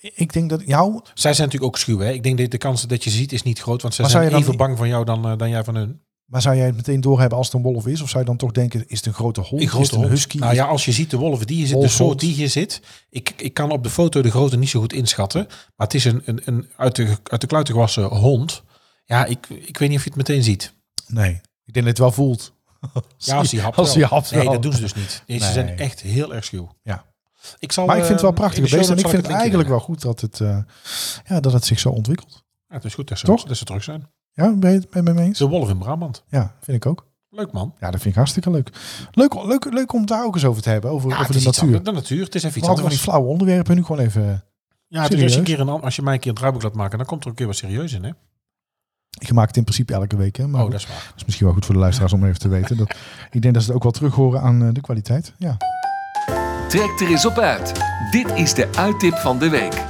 ik denk dat jou... Zij zijn natuurlijk ook schuw. Hè? Ik denk dat de kans dat je ze ziet is niet groot, want zij Maar zou zijn je dan even niet- bang van jou dan, eh, dan jij van hun. Maar zou jij het meteen doorhebben als het een wolf is? Of zou je dan toch denken, is het een grote hond? Ik is het een husky? Nou ja, als je ziet de wolven die hier zit, de Wolfhond. soort die hier zit. Ik, ik kan op de foto de grootte niet zo goed inschatten. Maar het is een, een, een uit, de, uit de kluiten gewassen hond. Ja, ik, ik weet niet of je het meteen ziet. Nee, ik denk dat het wel voelt. <laughs> Ja, als die hapt Als die wel. hapt Nee, wel. dat doen ze dus niet. Nee, Ze Nee. zijn echt heel erg schuw. Ja. Ik zal, Maar ik vind het wel eh, in de prachtige show beesten. En ik notes vind het zal eigenlijk het linkje wel goed dat het, eh, ja, dat het zich zo ontwikkelt. leggen. Ja, het is goed dat ze, Toch? dat ze terug zijn. Ja, ben je het ben je het met me eens? De Wolf in Brabant. Ja, vind ik ook. Leuk man. Ja, dat vind ik hartstikke leuk. Leuk, leuk, leuk om daar ook eens over te hebben, over, Ja, over het de is iets natuur. anders- De natuur. Het is even We iets hadden van die anders. flauwe onderwerpen nu gewoon even... eh, Ja, het is als, je een Serieus? keer een, an- als je mij een keer een draaiboek laat maken, dan komt er een keer wat serieus in. Hè? Ik maak het in principe elke week, hè. Maar Oh, goed, dat dat... is waar. is misschien wel goed voor de luisteraars om even te weten. Dat, ik denk dat ze het ook wel terug horen aan eh, de kwaliteit. Ja. Trek er eens op uit. Dit is de uittip van de week.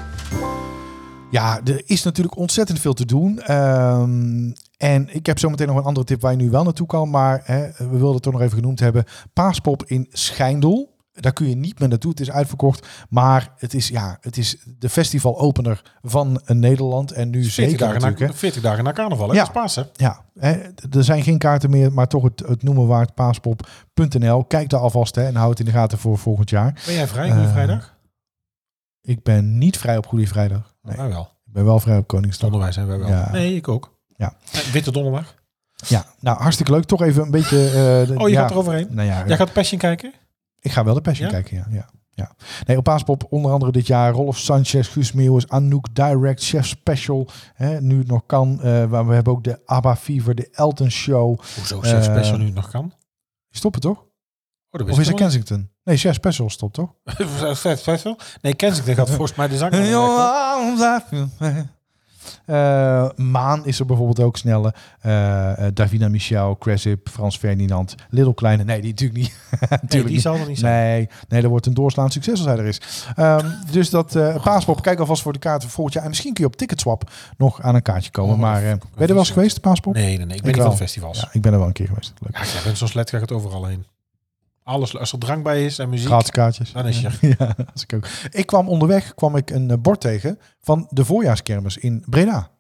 Ja, er is natuurlijk ontzettend veel te doen. Ehm, en ik heb zometeen nog een andere tip waar je nu wel naartoe kan. Maar hè, we wilden het toch nog even genoemd hebben. Paaspop in Schijndel. Daar kun je niet meer naartoe. Het is uitverkocht. Maar het is, ja, het is de festivalopener van eh, Nederland. En nu 40 zeker dagen, natuurlijk. na, hè. 40 dagen na carnaval. Hè? Ja. Dat is paas, hè? Ja, hè, d- er zijn geen kaarten meer. Maar toch het, het noemen waard. Paaspop.nl. Kijk daar alvast hè, en hou het in de gaten voor volgend jaar. Ben jij vrij Goede Eh, Vrijdag? Ik ben niet vrij op Goede Vrijdag. Nee, Wij wel. ik ben wel vrij op Koningsdag. Donderdag zijn wij wel. Ja. Nee, ik ook. Ja. Eh, Witte donderdag. Ja, nou hartstikke leuk. Toch even een beetje. eh, de- Oh, je ja, gaat er overheen? Nou ja, Jij gaat Passion kijken? ik ga wel de Passion Ja? kijken. Ja, ja, ja. Nee, op Paaspop onder andere dit jaar Rolf Sanchez, Guus Meeuwis, Anouk Direct, Chef Special. Hè, nu het nog kan. eh, maar we hebben ook de ABBA Fever, de Elton Show. Hoezo Chef Chef Special Special nu nog kan? Stoppen toch? Oh, dat Eh, Of is het Kensington? Nee, Chef Special stopt toch? <laughs> Vet, vet wel. Nee, Kensington <laughs> gaat volgens mij de zak naar de weg, Eh, Maan is er bijvoorbeeld ook snelle. Eh, eh, Davina Michel, Cressip, Frans Ferdinand, Little Kleine. Nee, die natuurlijk niet. <laughs> toch? Nee, Natuurlijk die zal er niet zijn. Nee, nee, dat wordt een doorslaand succes als hij er is. Ehm, dus dat <laughs> eh Paaspop, kijk alvast voor de kaarten volgend jaar. En misschien kun je op Ticketswap nog aan een kaartje komen. Oh, maar eh, dat- ben je er wel eens geweest, Paaspop? Nee, nee, nee. Ik ben Ik niet van wel. festivals. Ja, Ja. ik ben er wel een keer geweest. Leuk. ik ben zo'n slet, ga ik het overal heen. Alles, als er drank bij is en muziek. Gratis kaartjes. Dan is je er. <laughs> Ja, dat is ik ook. Ik kwam onderweg kwam ik een eh, bord tegen van de voorjaarskermis in Breda.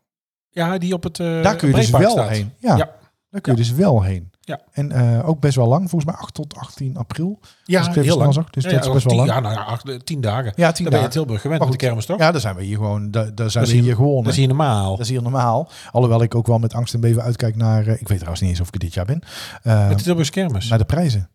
Ja, die op het eh Daar kun je dus Breepark wel staat. heen. Ja, Ja. daar kun je dus wel heen. Ja. En eh, ook best wel lang, volgens mij 8 tot 18 april. Ja, Als ik even heel snel lang. zag, dus Ja, dat ja, is of best wel tien- lang. Ja, nou ja, acht- tien dagen. Ja, 10 Dan ben je in dagen. Tilburg gewend Maar met de kermis, toch? Ja, daar zijn we hier gewoon, daar, daar zijn Dat we is hier gewoon. Dat is hier normaal. Dat is hier normaal. Alhoewel ik ook wel met angst en beven uitkijk naar... eh, ik weet trouwens niet eens of ik er dit jaar ben. eh, Met de Tilburgse kermis. naar de prijzen.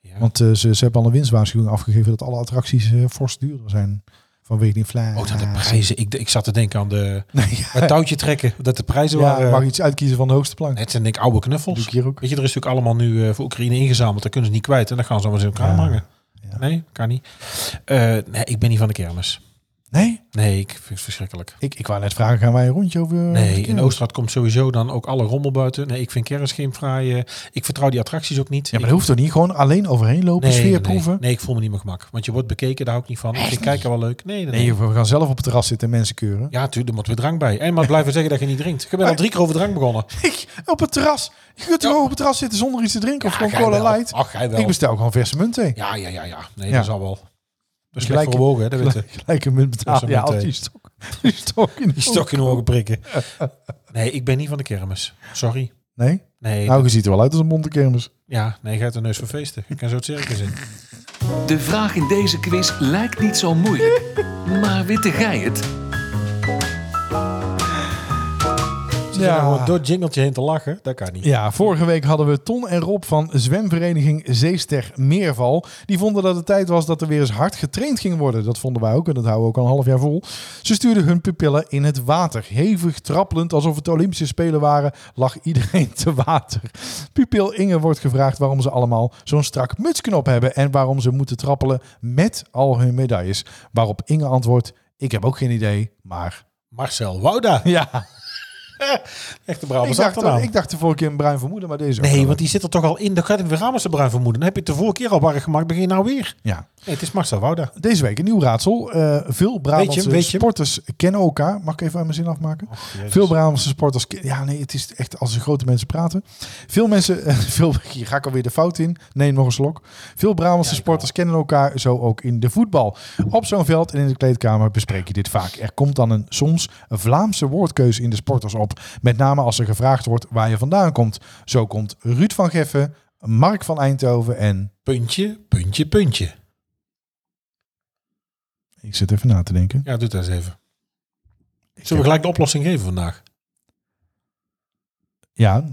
Ja. Want eh, ze, ze hebben al een winstwaarschuwing afgegeven... dat alle attracties eh, fors duurder zijn vanwege die inflatie. Oh, dat de prijzen. Ik, ik zat te denken aan de, <laughs> <laughs> Nee, ja. het touwtje trekken. Dat de prijzen Ja, waren. mag iets uitkiezen van de hoogste plank. Het zijn denk ik oude Dat doe ik knuffels. hier ook. Weet je, er is natuurlijk allemaal nu eh, voor Oekraïne ingezameld. Dat kunnen ze niet kwijt. En dan gaan ze allemaal eens in elkaar Ja. hangen. Ja. Nee, kan niet. Eh, nee, ik ben niet van de kermis. Nee, Nee, ik vind het verschrikkelijk. ik, ik wou net vragen, gaan wij een rondje over... eh, Nee, in Oostraat komt sowieso dan ook alle rommel buiten. Nee, ik vind kermis geen fraaie. Ik vertrouw die attracties ook niet. Ja, maar dat hoeft toch niet? Gewoon alleen overheen lopen, sfeer proeven? Nee, nee, ik voel me niet mijn gemak. Want je wordt bekeken, daar hou ik niet van. ik vind niet? kijken wel leuk. Nee, nee, nee. Nee, we gaan zelf op het terras zitten en mensen keuren. Ja, natuurlijk, er moet weer drank bij. En maar blijven zeggen dat je niet drinkt. Ik ben al drie keer over drank begonnen. Ik, op het terras. Je kunt toch op het terras zitten zonder iets te drinken? of Ja, gewoon jij cola wel. light? Ach, jij wel. Ik bestel gewoon verse munt thee. Ja, ja, ja, ja. Nee, Ja. dat zal wel. Dat is Gelijk- gelijk gewogen, hè? Dat weet je. Gelijk een munt betalen. Verse Ah, Ja, munt als thee. die stok, die stok in de Die stok in de ogen <laughs> prikken. Nee, ik ben niet van de kermis. Sorry. Nee? Nee, Nou, je ziet er wel uit als een montekermis. ja, nee, je gaat de neus voor feesten. Ik kan zo het circus in. De vraag in deze quiz lijkt niet zo moeilijk. Maar witte gij het? Zit ja. nou gewoon door het jingeltje heen te lachen? Dat kan niet. Ja, vorige week hadden we Ton en Rob van zwemvereniging Zeester Meerval. Die vonden dat het tijd was dat er weer eens hard getraind ging worden. Dat vonden wij ook en dat houden we ook al een half jaar vol. Ze stuurden hun pupillen in het water. Hevig trappelend, alsof het de Olympische Spelen waren, lag iedereen te water. Pupil Inge wordt gevraagd waarom ze allemaal zo'n strak mutsknop hebben... en waarom ze moeten trappelen met al hun medailles. Waarop Inge antwoordt, ik heb ook geen idee, maar... Marcel Wouda. Ja, Echt een ik Brabants dacht, achternaam. ik dacht de vorige keer een bruin vermoeden, maar deze is ook wel nou? Nee, want die zit er toch al in. Dan gaat hij weer aan met zijn bruin vermoeden. Dan heb je het de vorige keer al warrig gemaakt. Begin je nou weer. leuk. Ja. Nee, het is Marcel Wouda. Deze week een nieuw raadsel. Eh, veel Brabantse Weet je hem, weet je hem? sporters kennen elkaar. Mag ik even aan mijn zin afmaken? veel Brabantse sporters... ken- Ja, nee, het is echt als de grote mensen praten. Veel mensen... <laughs> eh, veel, hier ga ik alweer de fout in. Neem nog een slok. Veel Brabantse sporters kennen elkaar, zo ook in de voetbal. Op zo'n veld en in de kleedkamer bespreek je dit vaak. Er komt dan een soms Vlaamse woordkeuze in de sporters op. Met name als er gevraagd wordt waar je vandaan komt. Zo komt Ruud van Geffen, Mark van Eindhoven en... Puntje, puntje, puntje. Ik zit even na te denken. Ja, doe dat eens even. Zullen we gelijk de oplossing geven vandaag? Ja,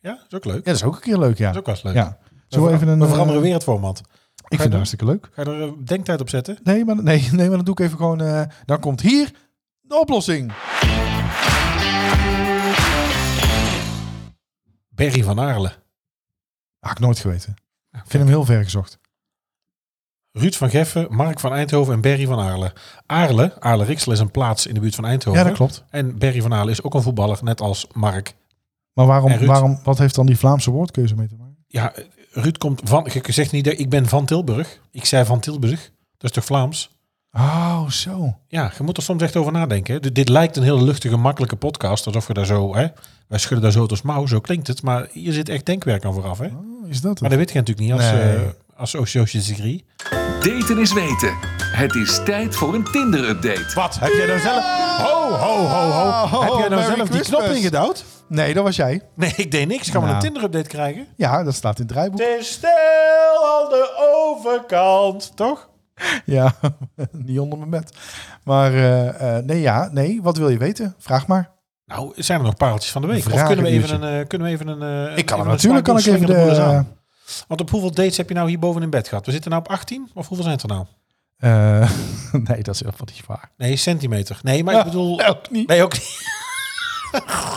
Ja, dat is ook leuk. Ja, dat is ook een keer leuk, ja. Dat is ook wel eens leuk. Ja. Zullen we even een... we veranderen eh, weer het format. Ik vind het hartstikke leuk. Ga je er eh, denktijd op zetten? Nee maar, nee, <laughs> nee, maar dan doe ik even gewoon... eh, dan komt hier de oplossing. Berry van Aarle. Had ik nooit geweten. Ik vind hem heel ver gezocht. Ruud van Geffen, Mark van Eindhoven en Berry van Aarle. Aarle, Aarle Riksel is een plaats in de buurt van Eindhoven. Ja, dat klopt. En Berry van Aarle is ook een voetballer, net als Mark. Maar En waarom, Ruud? waarom, wat heeft dan die Vlaamse woordkeuze mee te maken? Ja, Ruud komt van... Je zegt niet, dat ik ben van Tilburg. Ik zei van Tilburg. Dat is toch Vlaams? Oh, zo. Ja, je moet er soms echt over nadenken. hè. Dit, dit lijkt een hele luchtige, makkelijke podcast. Alsof je daar zo... Hè, wij schudden daar zo het als mouw, zo klinkt het. Maar hier zit echt denkwerk aan vooraf. Hè? Oh, is dat Maar het? dat weet je natuurlijk niet als, Nee. eh, als associate degree. Daten is weten. Het is tijd voor een Tinder-update. Wat? Heb jij nou zelf... Ho, ho, Oh, ho, ho. Heb Oh, jij nou Merry zelf die Christmas. knop ingedouwd? Nee, dat was jij. Nee, ik deed niks. Gaan we Nou. een Tinder-update krijgen? Ja, dat staat in het draaiboek. Het is stil aan de overkant, toch? Ja, <laughs> niet onder mijn bed. Maar eh, eh, nee, ja, nee. Wat wil je weten? Vraag maar. Nou, zijn er nog pareltjes van de week? Of Vragen kunnen we even uurtje. een... eh, kunnen we even een eh, Ik kan hem even een natuurlijk kan ik zwaai even doen, de, slingeren boel eens aan. Want op hoeveel dates heb je nou hier boven in bed gehad? We zitten nou op 18? Of hoeveel zijn het er nou? eh, <laughs> nee, dat is helemaal niet waar. Nee, centimeter. Nee, maar ik bedoel... Ook niet. Nee, ook niet. <laughs>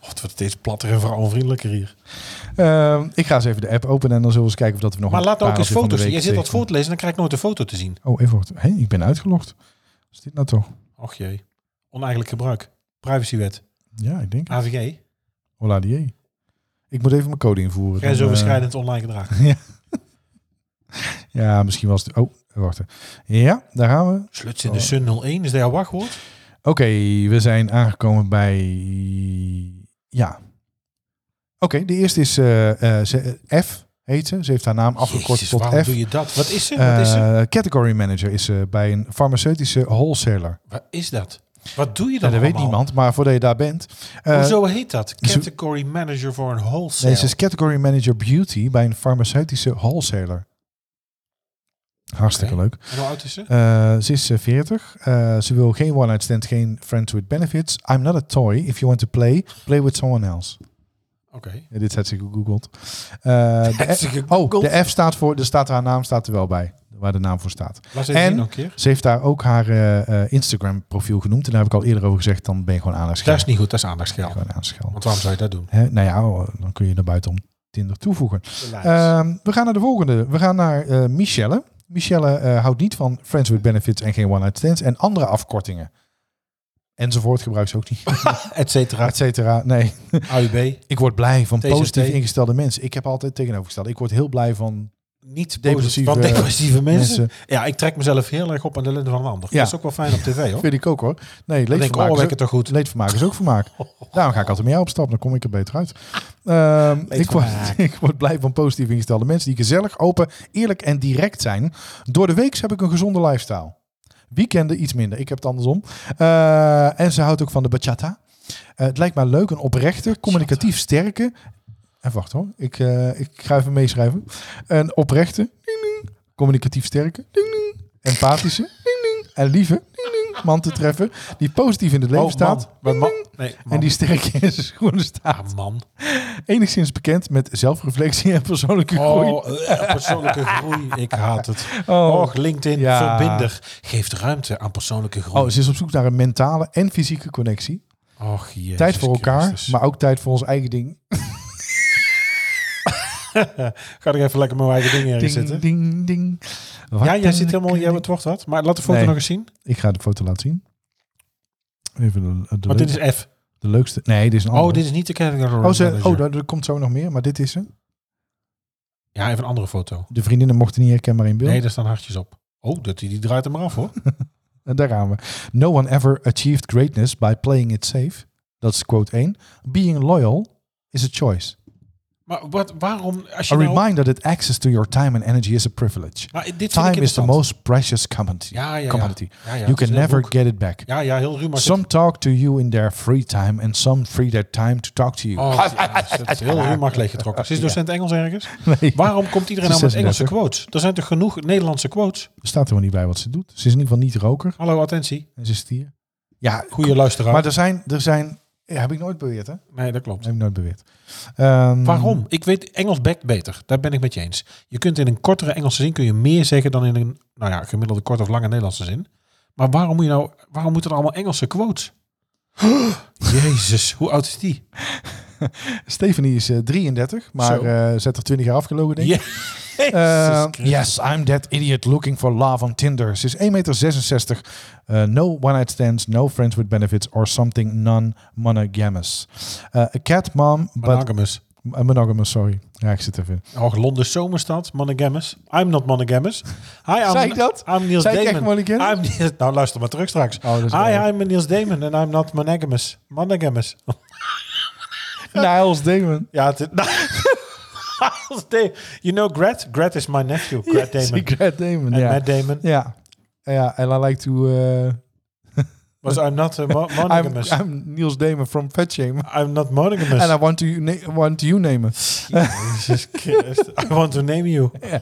Oh, het wordt steeds platter en vrouwenvriendelijker hier. Ehm, ik ga eens even de app openen en dan zullen we eens kijken of dat we nog Maar een laat ook eens pareltje van de foto's zien. week Je zit wat tegenkomen. voor te lezen en dan krijg ik nooit een foto te zien. Oh, even wachten. Hé, ik ben uitgelogd. Wat is dit nou toch? Och jee. Oneigenlijk gebruik. Privacywet. Ja, ik denk het. AVG. Hola die. Ik moet even mijn code invoeren. dan, eh, Grensoverschrijdend online gedrag. ja, misschien was het... Oh, wachten. Ja, daar gaan we. Sluts in de Sun 01. Is dat jouw wachtwoord? Oké, we zijn aangekomen bij... Ja. Oké, de eerste is eh, eh, ze- eh, F, heet ze. Ze heeft haar naam afgekort Jezus, tot waarom F. doe je dat? Wat is ze? Wat is, ze? Eh, category manager is ze bij een farmaceutische wholesaler. Wat is dat? Wat doe je Ja, dan dat weet allemaal? niemand, maar voordat je daar bent... eh, Hoezo heet dat? Category manager voor een wholesale. Nee, ze is category manager beauty bij een farmaceutische wholesaler. Hartstikke Oké. leuk. En hoe oud is ze? Eh, ze is eh, 40. Eh, ze wil geen one-night stand, geen friends with benefits. I'm not a toy. If you want to play, play with someone else. Oké. Ja, dit had ze gegoogeld. Eh, de Had ze F- gegoogeld? Oh, de F staat voor, er staat, haar naam staat er wel bij. Waar de naam voor staat. Laat ze even En- zien nog een keer. Ze heeft daar ook haar eh, eh, Instagram profiel genoemd. En daar heb ik al eerder over gezegd, dan ben je gewoon Dat aandachtsgeld. is niet goed. Dat is aandachtsgeld. Gewoon aandachtsgeld. Want waarom zou je dat doen? Hè, Nou ja, oh, dan kun je er buitenom Tinder toevoegen. Eh, Ehm, we gaan naar de volgende. We gaan naar eh, Michelle. Michelle eh, houdt niet van Friends with Benefits en geen one-night stands en andere afkortingen. Enzovoort gebruikt ze ook niet. Et cetera. Et <laughs> cetera. Nee, AUB. ik word blij van TZT. positief ingestelde mensen. Ik heb altijd tegenovergesteld. Ik word heel blij van Depressieve- Niet depressieve, van depressieve mensen. <laughs> mensen. Ja, ik trek mezelf heel erg op aan de lenden van een ander. Ja. Dat is ook wel fijn op tv, hoor. Vind ik ook hoor. Nee, Dan denk ik, oh, leedvermaak, ben is, ik het toch goed. ook- leedvermaak is ook <laughs> vermaak. Daarom ga ik altijd met jou op stap. Dan kom ik er beter uit. Ehm, ik, word, Leedvermaak. <laughs> ik word blij van positief ingestelde mensen die gezellig, open, eerlijk en direct zijn. Door de week heb ik een gezonde lifestyle. Weekenden iets minder. Ik heb het andersom. Eh, en ze houdt ook van de bachata. Eh, het lijkt mij leuk, een oprechte, communicatief sterke. En wacht hoor, ik, eh, ik ga even meeschrijven. Een oprechte, ding, ding, communicatief sterke, ding, ding, empathische ding, ding, en lieve ding, ding, man te treffen. Die positief in het leven Oh, staat. Mm. man. Bij man. Nee, man. En die sterk in zijn schoenen staat. Ah, man. Enigszins bekend met zelfreflectie en persoonlijke <laughs> groei. Oh, eh, persoonlijke groei. <laughs> Ik haat het. Oh. Och, LinkedIn, Ja. verbinder. Geeft ruimte aan persoonlijke groei. Oh, ze is op zoek naar een mentale en fysieke connectie. Och, jezus tijd voor elkaar, Christus. maar ook tijd voor ons eigen ding. Ga ik even lekker mijn eigen dingen erin Ding, zitten. ding, ding. Wat Ja, jij een zit helemaal, jij klein- het wordt wat. Maar laat de foto Nee. nog eens zien. Ik ga de foto laten zien. Even de, de, Want Oh, dit leuk- is F. de leukste. Nee, dit is een Oh, andere. dit is niet de category Oh, ze, manager. oh daar, er komt zo nog meer, maar dit is ze. Ja, even een andere foto. De vriendinnen mochten niet herkenbaar in beeld. Nee, daar staan hartjes op. Oh, dat, die, die draait hem maar af, hoor. En daar gaan we. No one ever achieved greatness by playing it safe. Dat is quote 1. Being loyal is a choice. Maar wat, waarom, als je A nou... reminder that access to your time and energy is a privilege. Maar dit vind ik Time is the interessant. most precious commodity. Ja, ja, ja. commodity. Ja, ja, you het is can een heel never boek. get it back. Ja, ja, heel ruw. Maar Some talk to you in their free time and some free their time to talk to you. Oh, ja, dat is heel ruwmacht leeggetrokken. Ze is docent Engels ergens. <laughs> Nee. Waarom komt iedereen Ze is nou met Engelse 36. quotes? Er zijn toch genoeg Nederlandse quotes? Er staat helemaal niet bij wat ze doet. Ze is in ieder geval niet roker Hallo, attentie. en ze is stier. Ja, Goeie luisteraar. maar er zijn, er zijn, ja, heb ik nooit beweerd hè? nee, dat klopt. Heb ik nooit beweerd. Ehm, Waarom? Ik weet, Engels bekt beter. Daar ben ik met je eens. Je kunt in een kortere Engelse zin kun je meer zeggen dan in een nou ja, gemiddelde korte of lange Nederlandse zin. Maar waarom moet je <gasps> nou, waarom moeten er allemaal Engelse quotes? Jezus, hoe oud is die? Stephanie is eh, 33, maar Zo. eh zet er 20 jaar afgelopen, denk ik. Jezus Eh, Christus. yes, I'm that idiot looking for love on Tinder. Ze is 1,66 meter. Eh, no one-night stands, no friends with benefits or something non-monogamous. Eh, a cat mom, but... Monogamous. eh, monogamous, sorry. Ja, ik zit <laughs> even. Och, Londen Zomerstad, monogamous. I'm not monogamous. Hi, I'm, Zei ik dat? I'm Niels Zei ik echt Damon. monogamous? I'm Niels- nou, luister maar terug straks. Oh, dat is Hi, wel- I'm Niels Damon and I'm not monogamous. <laughs> Monogamous. Niles Damon. ja, <laughs> het is... Als de- you know Gret? Gret is my nephew, <laughs> Gret Yes, Damon. Gret Damon, En ja. Matt Damon Ja. Ja, and I like to... eh, was I'm not eh, mo- <laughs> I'm, monogamous. I'm, I'm Niels Damon from Fat Shame. not monogamous. And I want to, na- want you name it. Jesus Christ. I want to name you. <laughs>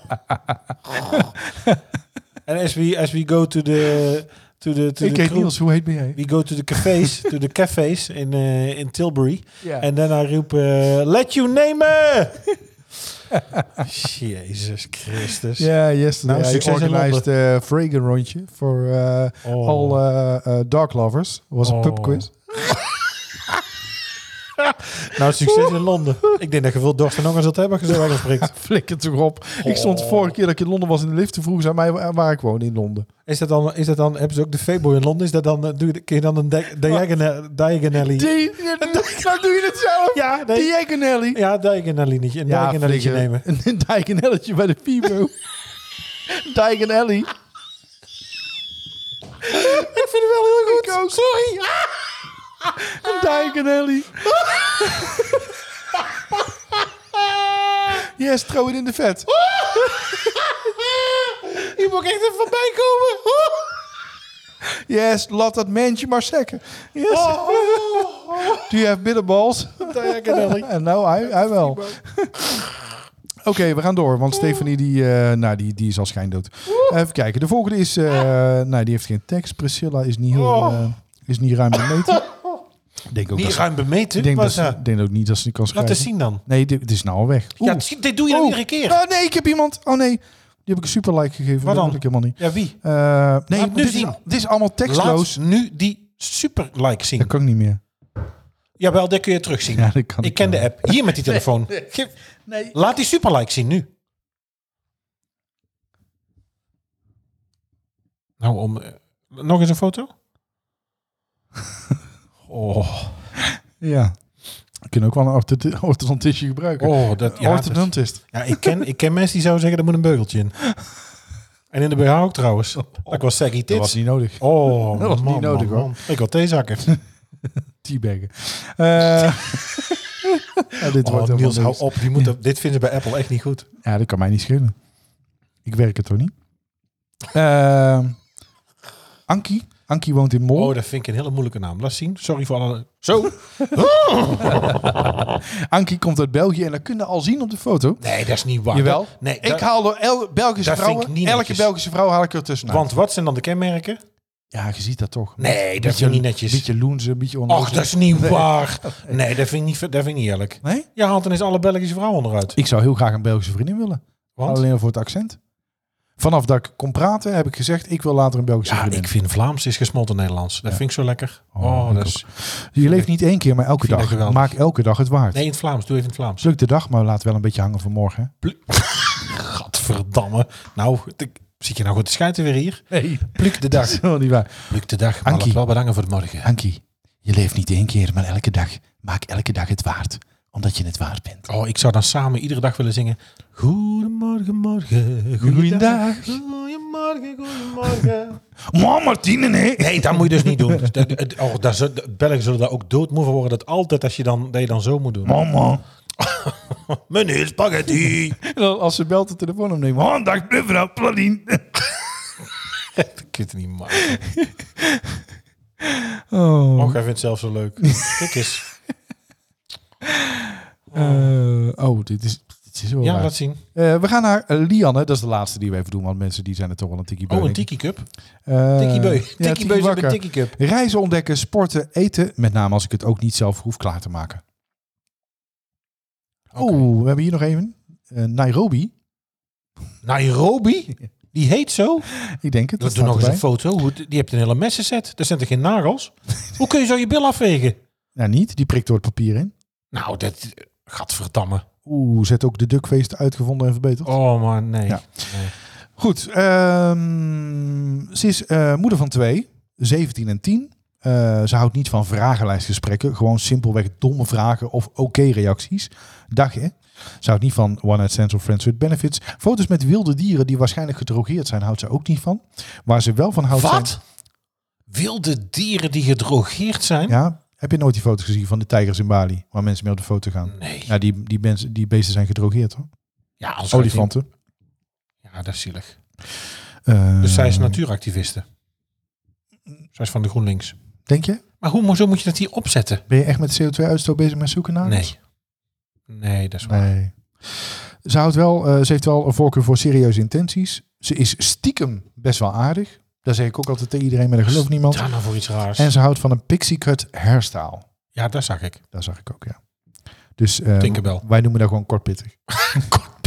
and as we as we go to the to the to Ik the heet crew, Niels, hoe heet ben jij? we go to the <laughs> cafes to the cafes in eh, in Tilbury. Ja. En daarna roep eh, let you name <laughs> it. Jezus Christus. Ja, yesterday Nou, I succes in organized a Fragrant rondje for uh, Oh. all uh, uh, dog lovers. It was a pub Oh. <laughs> quiz. Nou, succes in Londen. Ik denk dat je veel dorst en honger zult hebben als je zo Engels <laughs> spreekt. Flikker toch op. Ik stond de Oh. vorige keer dat ik in Londen was in de lift. Toen vroegen ze aan mij wa- waar ik woon in Londen. Is dat dan, is dat dan, hebben ze ook de Febo in Londen? Is dat dan, eh, doe je, kun je dan een di- diagonal- diagonally? <laughs> Die, nou doe je het zelf. Ja, nee. Diagonally. Ja, diagonalinnetje. Een diagonalinnetje nemen. Een diagonelletje bij de Fibo. Diagonally. ik vind het wel heel goed. Sorry. Een diagonally. yes, throw it in the vet. Je moet echt even voorbij komen. Yes, laat dat mensje maar zeggen. Yes. <laughs> Do you have bitterballs? Diagonally. En nou, hij, hij wel. <laughs> Oké, we gaan door, want Stefanie die, eh, nou, die, die is al schijndood. Even kijken, de volgende is... eh nou, die heeft geen tekst. Priscilla is niet, heel, eh, is niet ruim bemeten. Ik denk ook Niet dat ze- ruim ik bemeten. denk, dat was, eh, ze- ik denk ook niet dat ze niet kan laat schrijven. eens zien dan. Nee, dit, dit is nou al weg. Ja, Oeh. dit, dit doe je dan Oeh. iedere keer. Oh, nee, ik heb iemand. Oh nee, die heb ik een super like gegeven. Wat Dat dan? wil ik helemaal niet. Ja, wie? Eh, nee, Laat nu dit is, zien. dit is allemaal Laat tekstloos. nu die super like Dat zien. kan ik niet meer. Jawel, dat kun je terugzien. Ja, dat kan ik ken de wel. app. Hier met die telefoon. Geef- Nee. Laat die super like zien nu. Nou, om... eh, nog eens een foto? oh, Ja. We kunnen ook wel een ortho- orthodontistje gebruiken. oh, dat... Ja, dat- Orthodontist. Ja, ik ken, ik ken mensen die zouden zeggen, er moet een beugeltje in. En in de BH ook trouwens. Ik was saggy Oh. Dat was tits. niet nodig. Oh, Dat was man, niet nodig, man, hoor. man. Ik had theezakje. Teabaggen. Eh <laughs> ja, dit Oh, wordt helemaal Niels, hou niks. op. Die moet dat- dit vinden ze bij Apple echt niet goed. Ja, dat kan mij niet schelen. Ik werk het toch niet? Eh, Ankie. Ankie woont in Mol. Oh, dat vind ik een hele moeilijke naam. Laat zien. Sorry voor alle... Zo. Ankie komt uit België en dat kun je al zien op de foto. Nee, dat is niet waar. Jawel. Nee, ik dat- haal door el- Belgische dat vind ik vrouwen, niet elke netjes. Belgische vrouw haal ik er tussenuit. Want wat zijn dan de kenmerken? ja, je ziet dat toch. Nee, dat vind ik niet netjes. Beetje loenzen, beetje onnozel. Och, dat is <laughs> niet waar. Nee, dat vind ik niet, dat vind ik niet eerlijk. Nee? Je haalt ineens alle Belgische vrouwen onderuit. Ik zou heel graag een Belgische vriendin willen. Want? Alleen al voor het accent. Vanaf dat ik kon praten, heb ik gezegd, ik wil later een Belgische Ja, vriendin. ik vind Vlaams is gesmolten Nederlands. Dat vind ik zo lekker. Oh, ik dat is... Je leeft niet één keer, maar elke vind dat dag. geweldig. Maak elke dag het waard. Nee, in het Vlaams. Doe even in het Vlaams. Het is leuk de dag, maar laat wel een beetje hangen vanmorgen. Gadverdamme. Nou, ik- zit je nou goed te schijten weer hier? Nee. <laughs> Pluk de dag. Zo niet waar. Pluk de dag. Maar Ankie. laat wel bedanken voor het morgen. Ankie, je leeft niet één keer, maar elke dag. Maak elke dag het waard. Omdat je het waard bent. Oh, ik zou dan samen iedere dag willen zingen. Goedemorgen, morgen. Goeiedag. Goedemorgen, goedemorgen. Maar Martine, nee. <laughs> Nee, dat moet je dus niet doen. Dat- dat- Oh, daar zul- de Belgen zullen daar ook doodmoe van worden. Dat altijd als je dan, dat je dan zo moet doen. <laughs> Mama. Meneer Spaghetti. En dan als ze belt de telefoon opneemt. Oh, dag mevrouw Pladien. Ik weet het niet, man. Oh. Oh, hij vindt het zelf zo leuk. Kijk eens. Eh, oh, dit is... Dit is wel Ja, raar. laat zien. Oh, Eh, we gaan naar eh, Lianne. Dat is de laatste die we even doen. Want mensen die zijn er toch wel een tikkie beu. Oh, een denk ik. tiki cup. Eh, Tiki beu. ja, Tiki beu zit wakker. met tiki cup. Reizen ontdekken, sporten, eten. Met name als ik het ook niet zelf hoef klaar te maken. Oké. Oeh, we hebben hier nog even. Eh, Nairobi. Nairobi? Die heet zo? Ik denk het. Dat doe staat nog eens een erbij. foto. Hoe- Die hebt een hele <laughs> messenset. Daar zijn er geen nagels. Hoe kun je zo je bil afwegen? Nou, niet. Die prikt door het papier in. Nou, dat... Gadverdamme. Oeh, zet ook de duckfeest uitgevonden en verbeterd. Oh, maar nee. Ja. Goed, ehm, ze is eh, moeder van twee, 17 en 10. Eh, ze houdt niet van vragenlijstgesprekken, gewoon simpelweg domme vragen of oké-reacties. Dag hè. Ze houdt niet van one-night stands of friends with benefits. Foto's met wilde dieren die waarschijnlijk gedrogeerd zijn, houdt ze ook niet van. Waar ze wel van houdt Wat? Wilde dieren die gedrogeerd zijn? zijn- Ja, heb je nooit die foto's gezien van de tijgers in Bali, waar mensen mee op de foto gaan? Nee. Ja, die, die, mensen, die beesten zijn gedrogeerd hoor. Ja, als Olifanten. Ja, dat is zielig. Eh, Dus zij is natuuractiviste. Zij is van de GroenLinks. Denk je? Maar hoe zo moet je dat hier opzetten? Ben je echt met CO2-uitstoot bezig met zoeken naar? Nee. Nee, dat is waar. Nee. Ze, houdt wel, eh, ze heeft wel een voorkeur voor serieuze intenties. Ze is stiekem best wel aardig. Dat zeg ik ook altijd tegen iedereen, maar dat gelooft niemand. Daar nou voor iets raars. En ze houdt van een pixie cut hairstyle. Ja, dat zag ik. <laughs> Dat zag ik ook, ja. Dus eh, Tinkerbell. wij noemen dat gewoon kortpittig. Kort pittig.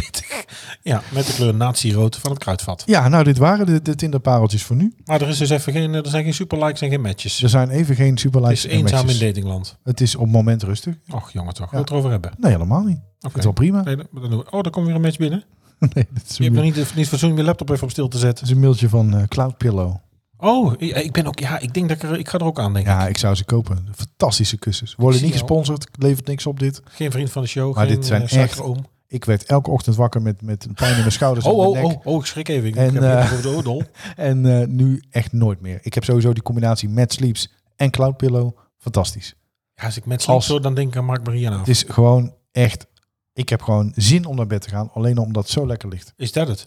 Ja, met de kleur natierood van het kruidvat. Ja, nou, dit waren de, de Tinderpareltjes voor nu. Maar er, is dus even geen, er zijn geen superlikes en geen matches. Er zijn even geen het is superlikes en eenzaam in matches. datingland. Het is op het moment rustig. Och, jongen toch. Ja. Wil het erover hebben? Nee, helemaal niet. Ik Oké. vind het wel prima. Nee, dat- dat doen we. Oh, daar komt weer een match binnen. <laughs> Nee, dat is Je een, hebt nog mail- niet, niet fatsoenlijk je laptop even op stil te zetten. dat is een mailtje van eh, Cloud Pillow. Oh, i- ik ben ook... Ja, ik denk dat ik er... Ik ga er ook aan denken. Ja, ik zou ze kopen. Fantastische kussens. Worden zie niet jou. gesponsord, levert niks op dit. Geen vriend van de show. Maar geen, dit zijn eh, zwakkere echt- oom. Ik werd elke ochtend wakker met, met een pijn in mijn <laughs> schouders en Oh, mijn oh, nek. oh, oh, ik schrik even. Ik En, heb eh, even over de oordol. En eh, nu echt nooit meer. Ik heb sowieso die combinatie met Sleeps en Cloud Pillow. Fantastisch. Ja, als ik met als- sleep zo, dan denk ik aan Mark Maria nou. Het is gewoon echt... Ik heb gewoon zin om naar bed te gaan. Alleen omdat het zo lekker ligt. Is dat het?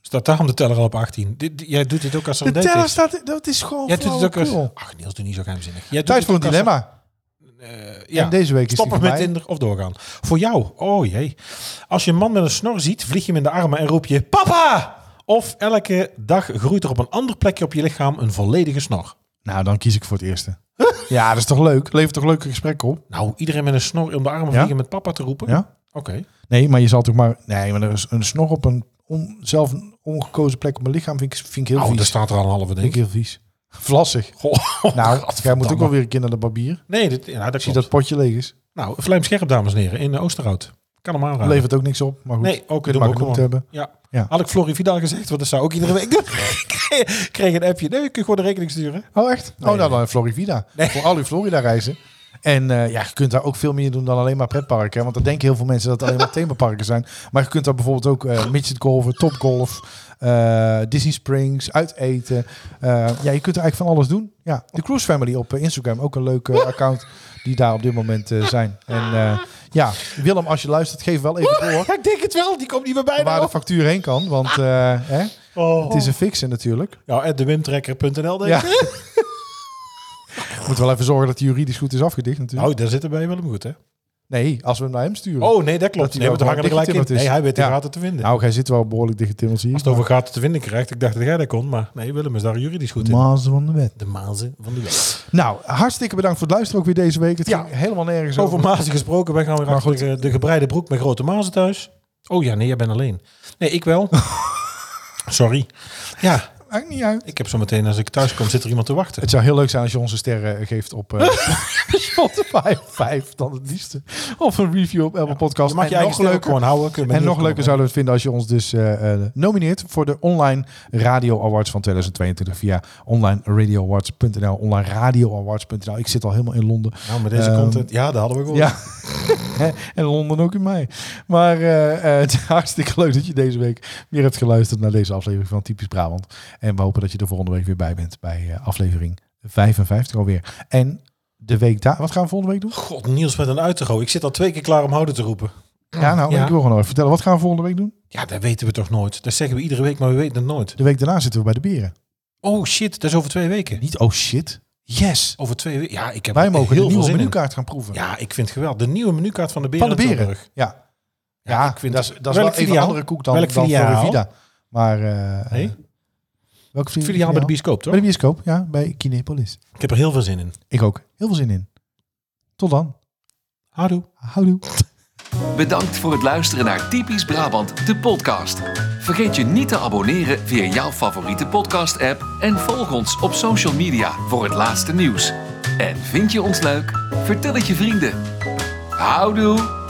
Staat daarom de teller al op 18? Dit, dit- jij doet dit ook als er een De date teller is. staat... Dat is gewoon Jij doet het ook als... flauwekul. Ach, Niels, doe niet zo geheimzinnig. Jij doet Tijd het voor een ook als er- dilemma. eh, En deze week is Stoppen die met voorbij. Tinder of doorgaan. Voor jou, oh jee. Als je een man met een snor ziet, vlieg je hem in de armen en roep je... Papa! Of elke dag groeit er op een ander plekje op je lichaam een volledige snor. Nou, dan kies ik voor het eerste. <laughs> ja, dat is toch leuk? Levert toch leuke gesprekken op? Nou, iedereen met een snor om de armen Ja? vliegen met papa te roepen? Ja? Oké. Nee, maar je zal toch maar... Nee, maar er is een snor op een on- zelf een ongekozen plek op mijn lichaam. Vind ik, vind ik heel Oh, daar vies. staat er al een halve, Vind denk ik ik. heel vies. Vlassig. <laughs> Nou, Goh, jij moet ook Oh, godverdamme. wel weer een keer naar de barbier. Nee, dit, ja, dat Als je klopt. dat potje leeg is. Nou, Vlijm scherp, dames en heren, in eh, Oosterhout. Kan hem aanraden. Levert ook niks op, maar goed. Nee, ook kunnen doen we we ook genoemd hebben. Ja. Ja. Had ik Florividaal gezegd, want dat zou ook iedere week <laughs> doen. Ik kreeg een appje. Nee, kun je gewoon de rekening sturen. Oh, echt? Nee. Oh, nou dan Florivida. Voor al uw Florida-reizen. En eh, ja, je kunt daar ook veel meer doen dan alleen maar pretparken. hè. Want dan denken heel veel mensen dat het alleen maar themaparken zijn. Maar je kunt daar bijvoorbeeld ook eh midget golven, topgolf, eh, Disney Springs, uiteten. Eh, ja, je kunt er eigenlijk van alles doen. Ja, de Cruise Family op eh, Instagram, ook een leuke account die daar op dit moment eh, zijn. En eh, ja, Willem, als je luistert, geef wel even <laughs> door. ik denk het wel. Die komt niet meer bij waar de factuur heen kan. Want eh, hè, het is een fixen natuurlijk. Ja, at thewimtrekker.nl denk Ja. ik. <laughs> Moet wel even zorgen dat hij juridisch goed is afgedicht natuurlijk. Nou, daar zit er bij Willem goed, hè? Nee, als we hem naar hem sturen. Nou- Oh, nee, dat Dat klopt. hij nee, want wel we hangen er gewoon gelijk in. dichtgetimmerd is. Nee, hij weet de Ja. gaten te vinden. Nou, hij zit wel behoorlijk dichtgetimmeld hier. Als het over gaten te vinden krijgt, ik dacht dat jij dat kon. Maar nee, Willem is daar juridisch goed in. Mazen van de wet. De mazen van de wet. Nou, hartstikke bedankt voor het luisteren ook weer deze week. Het Ja. ging helemaal nergens over. Over mazen gesproken, wij gaan weer achter de, de gebreide broek met grote mazen thuis. Oh ja, nee, jij bent alleen. Nee, ik <laughs> wel. Sorry. Ja, Maakt niet uit. ik heb zo meteen als ik thuis kom, zit er iemand te wachten. Het zou heel leuk zijn als je onze sterren geeft op <laughs> eh, Spotify 5 dan het liefste. Of een review op Apple Podcast. Je mag je En eigen nog leuk leuker, gewoon houden. kun je met en nog niemand leuker zouden we het vinden als je ons dus eh, eh, nomineert voor de Online Radio Awards van 2022 via onlineradioawards.nl, onlineradioawards.nl. Ik zit al helemaal in Londen. Nou, met deze Ehm, content. Ja, dat hadden we gewoon. Ja. <laughs> en Londen ook in mei. Maar eh, eh, het is <laughs> hartstikke leuk dat je deze week weer hebt geluisterd naar deze aflevering van Typisch Brabant. En we hopen dat je er volgende week weer bij bent bij eh, aflevering 55 alweer. En de week daar. Wat gaan we volgende week doen? God, Niels met een uitro. Ik zit al twee keer klaar om houden te roepen. Ja, nou, Ja. ik wil gewoon even vertellen. Wat gaan we volgende week doen? Ja, dat weten we toch nooit. Dat zeggen we iedere week, maar we weten het nooit. De week daarna zitten we bij de beren. Oh shit, dat is over twee weken. Niet, oh shit. Yes. Over twee weken. Ja, ik heb Wij er mogen heel de veel nieuwe zin in. menukaart gaan proeven. Ja, ik vind het geweldig. De nieuwe menukaart van de Beren. Van de in Beren. Tilburg. Ja. Ja, Ja, ik vind dat is, het- dat is welk wel even een filiaal? andere koek dan, Welk dan filiaal? Florivida. Maar, eh Nee? eh, welk Het filiaal bij de bioscoop, toch? Bij de bioscoop, ja, bij Kinepolis. Ik heb er heel veel zin in. Ik ook. Heel veel zin in. Tot dan. Houdoe. Houdoe. Bedankt voor het luisteren naar Typisch Brabant, de podcast. Vergeet je niet te abonneren via jouw favoriete podcast-app en volg ons op social media voor het laatste nieuws. En vind je ons leuk? Vertel het je vrienden. Houdoe!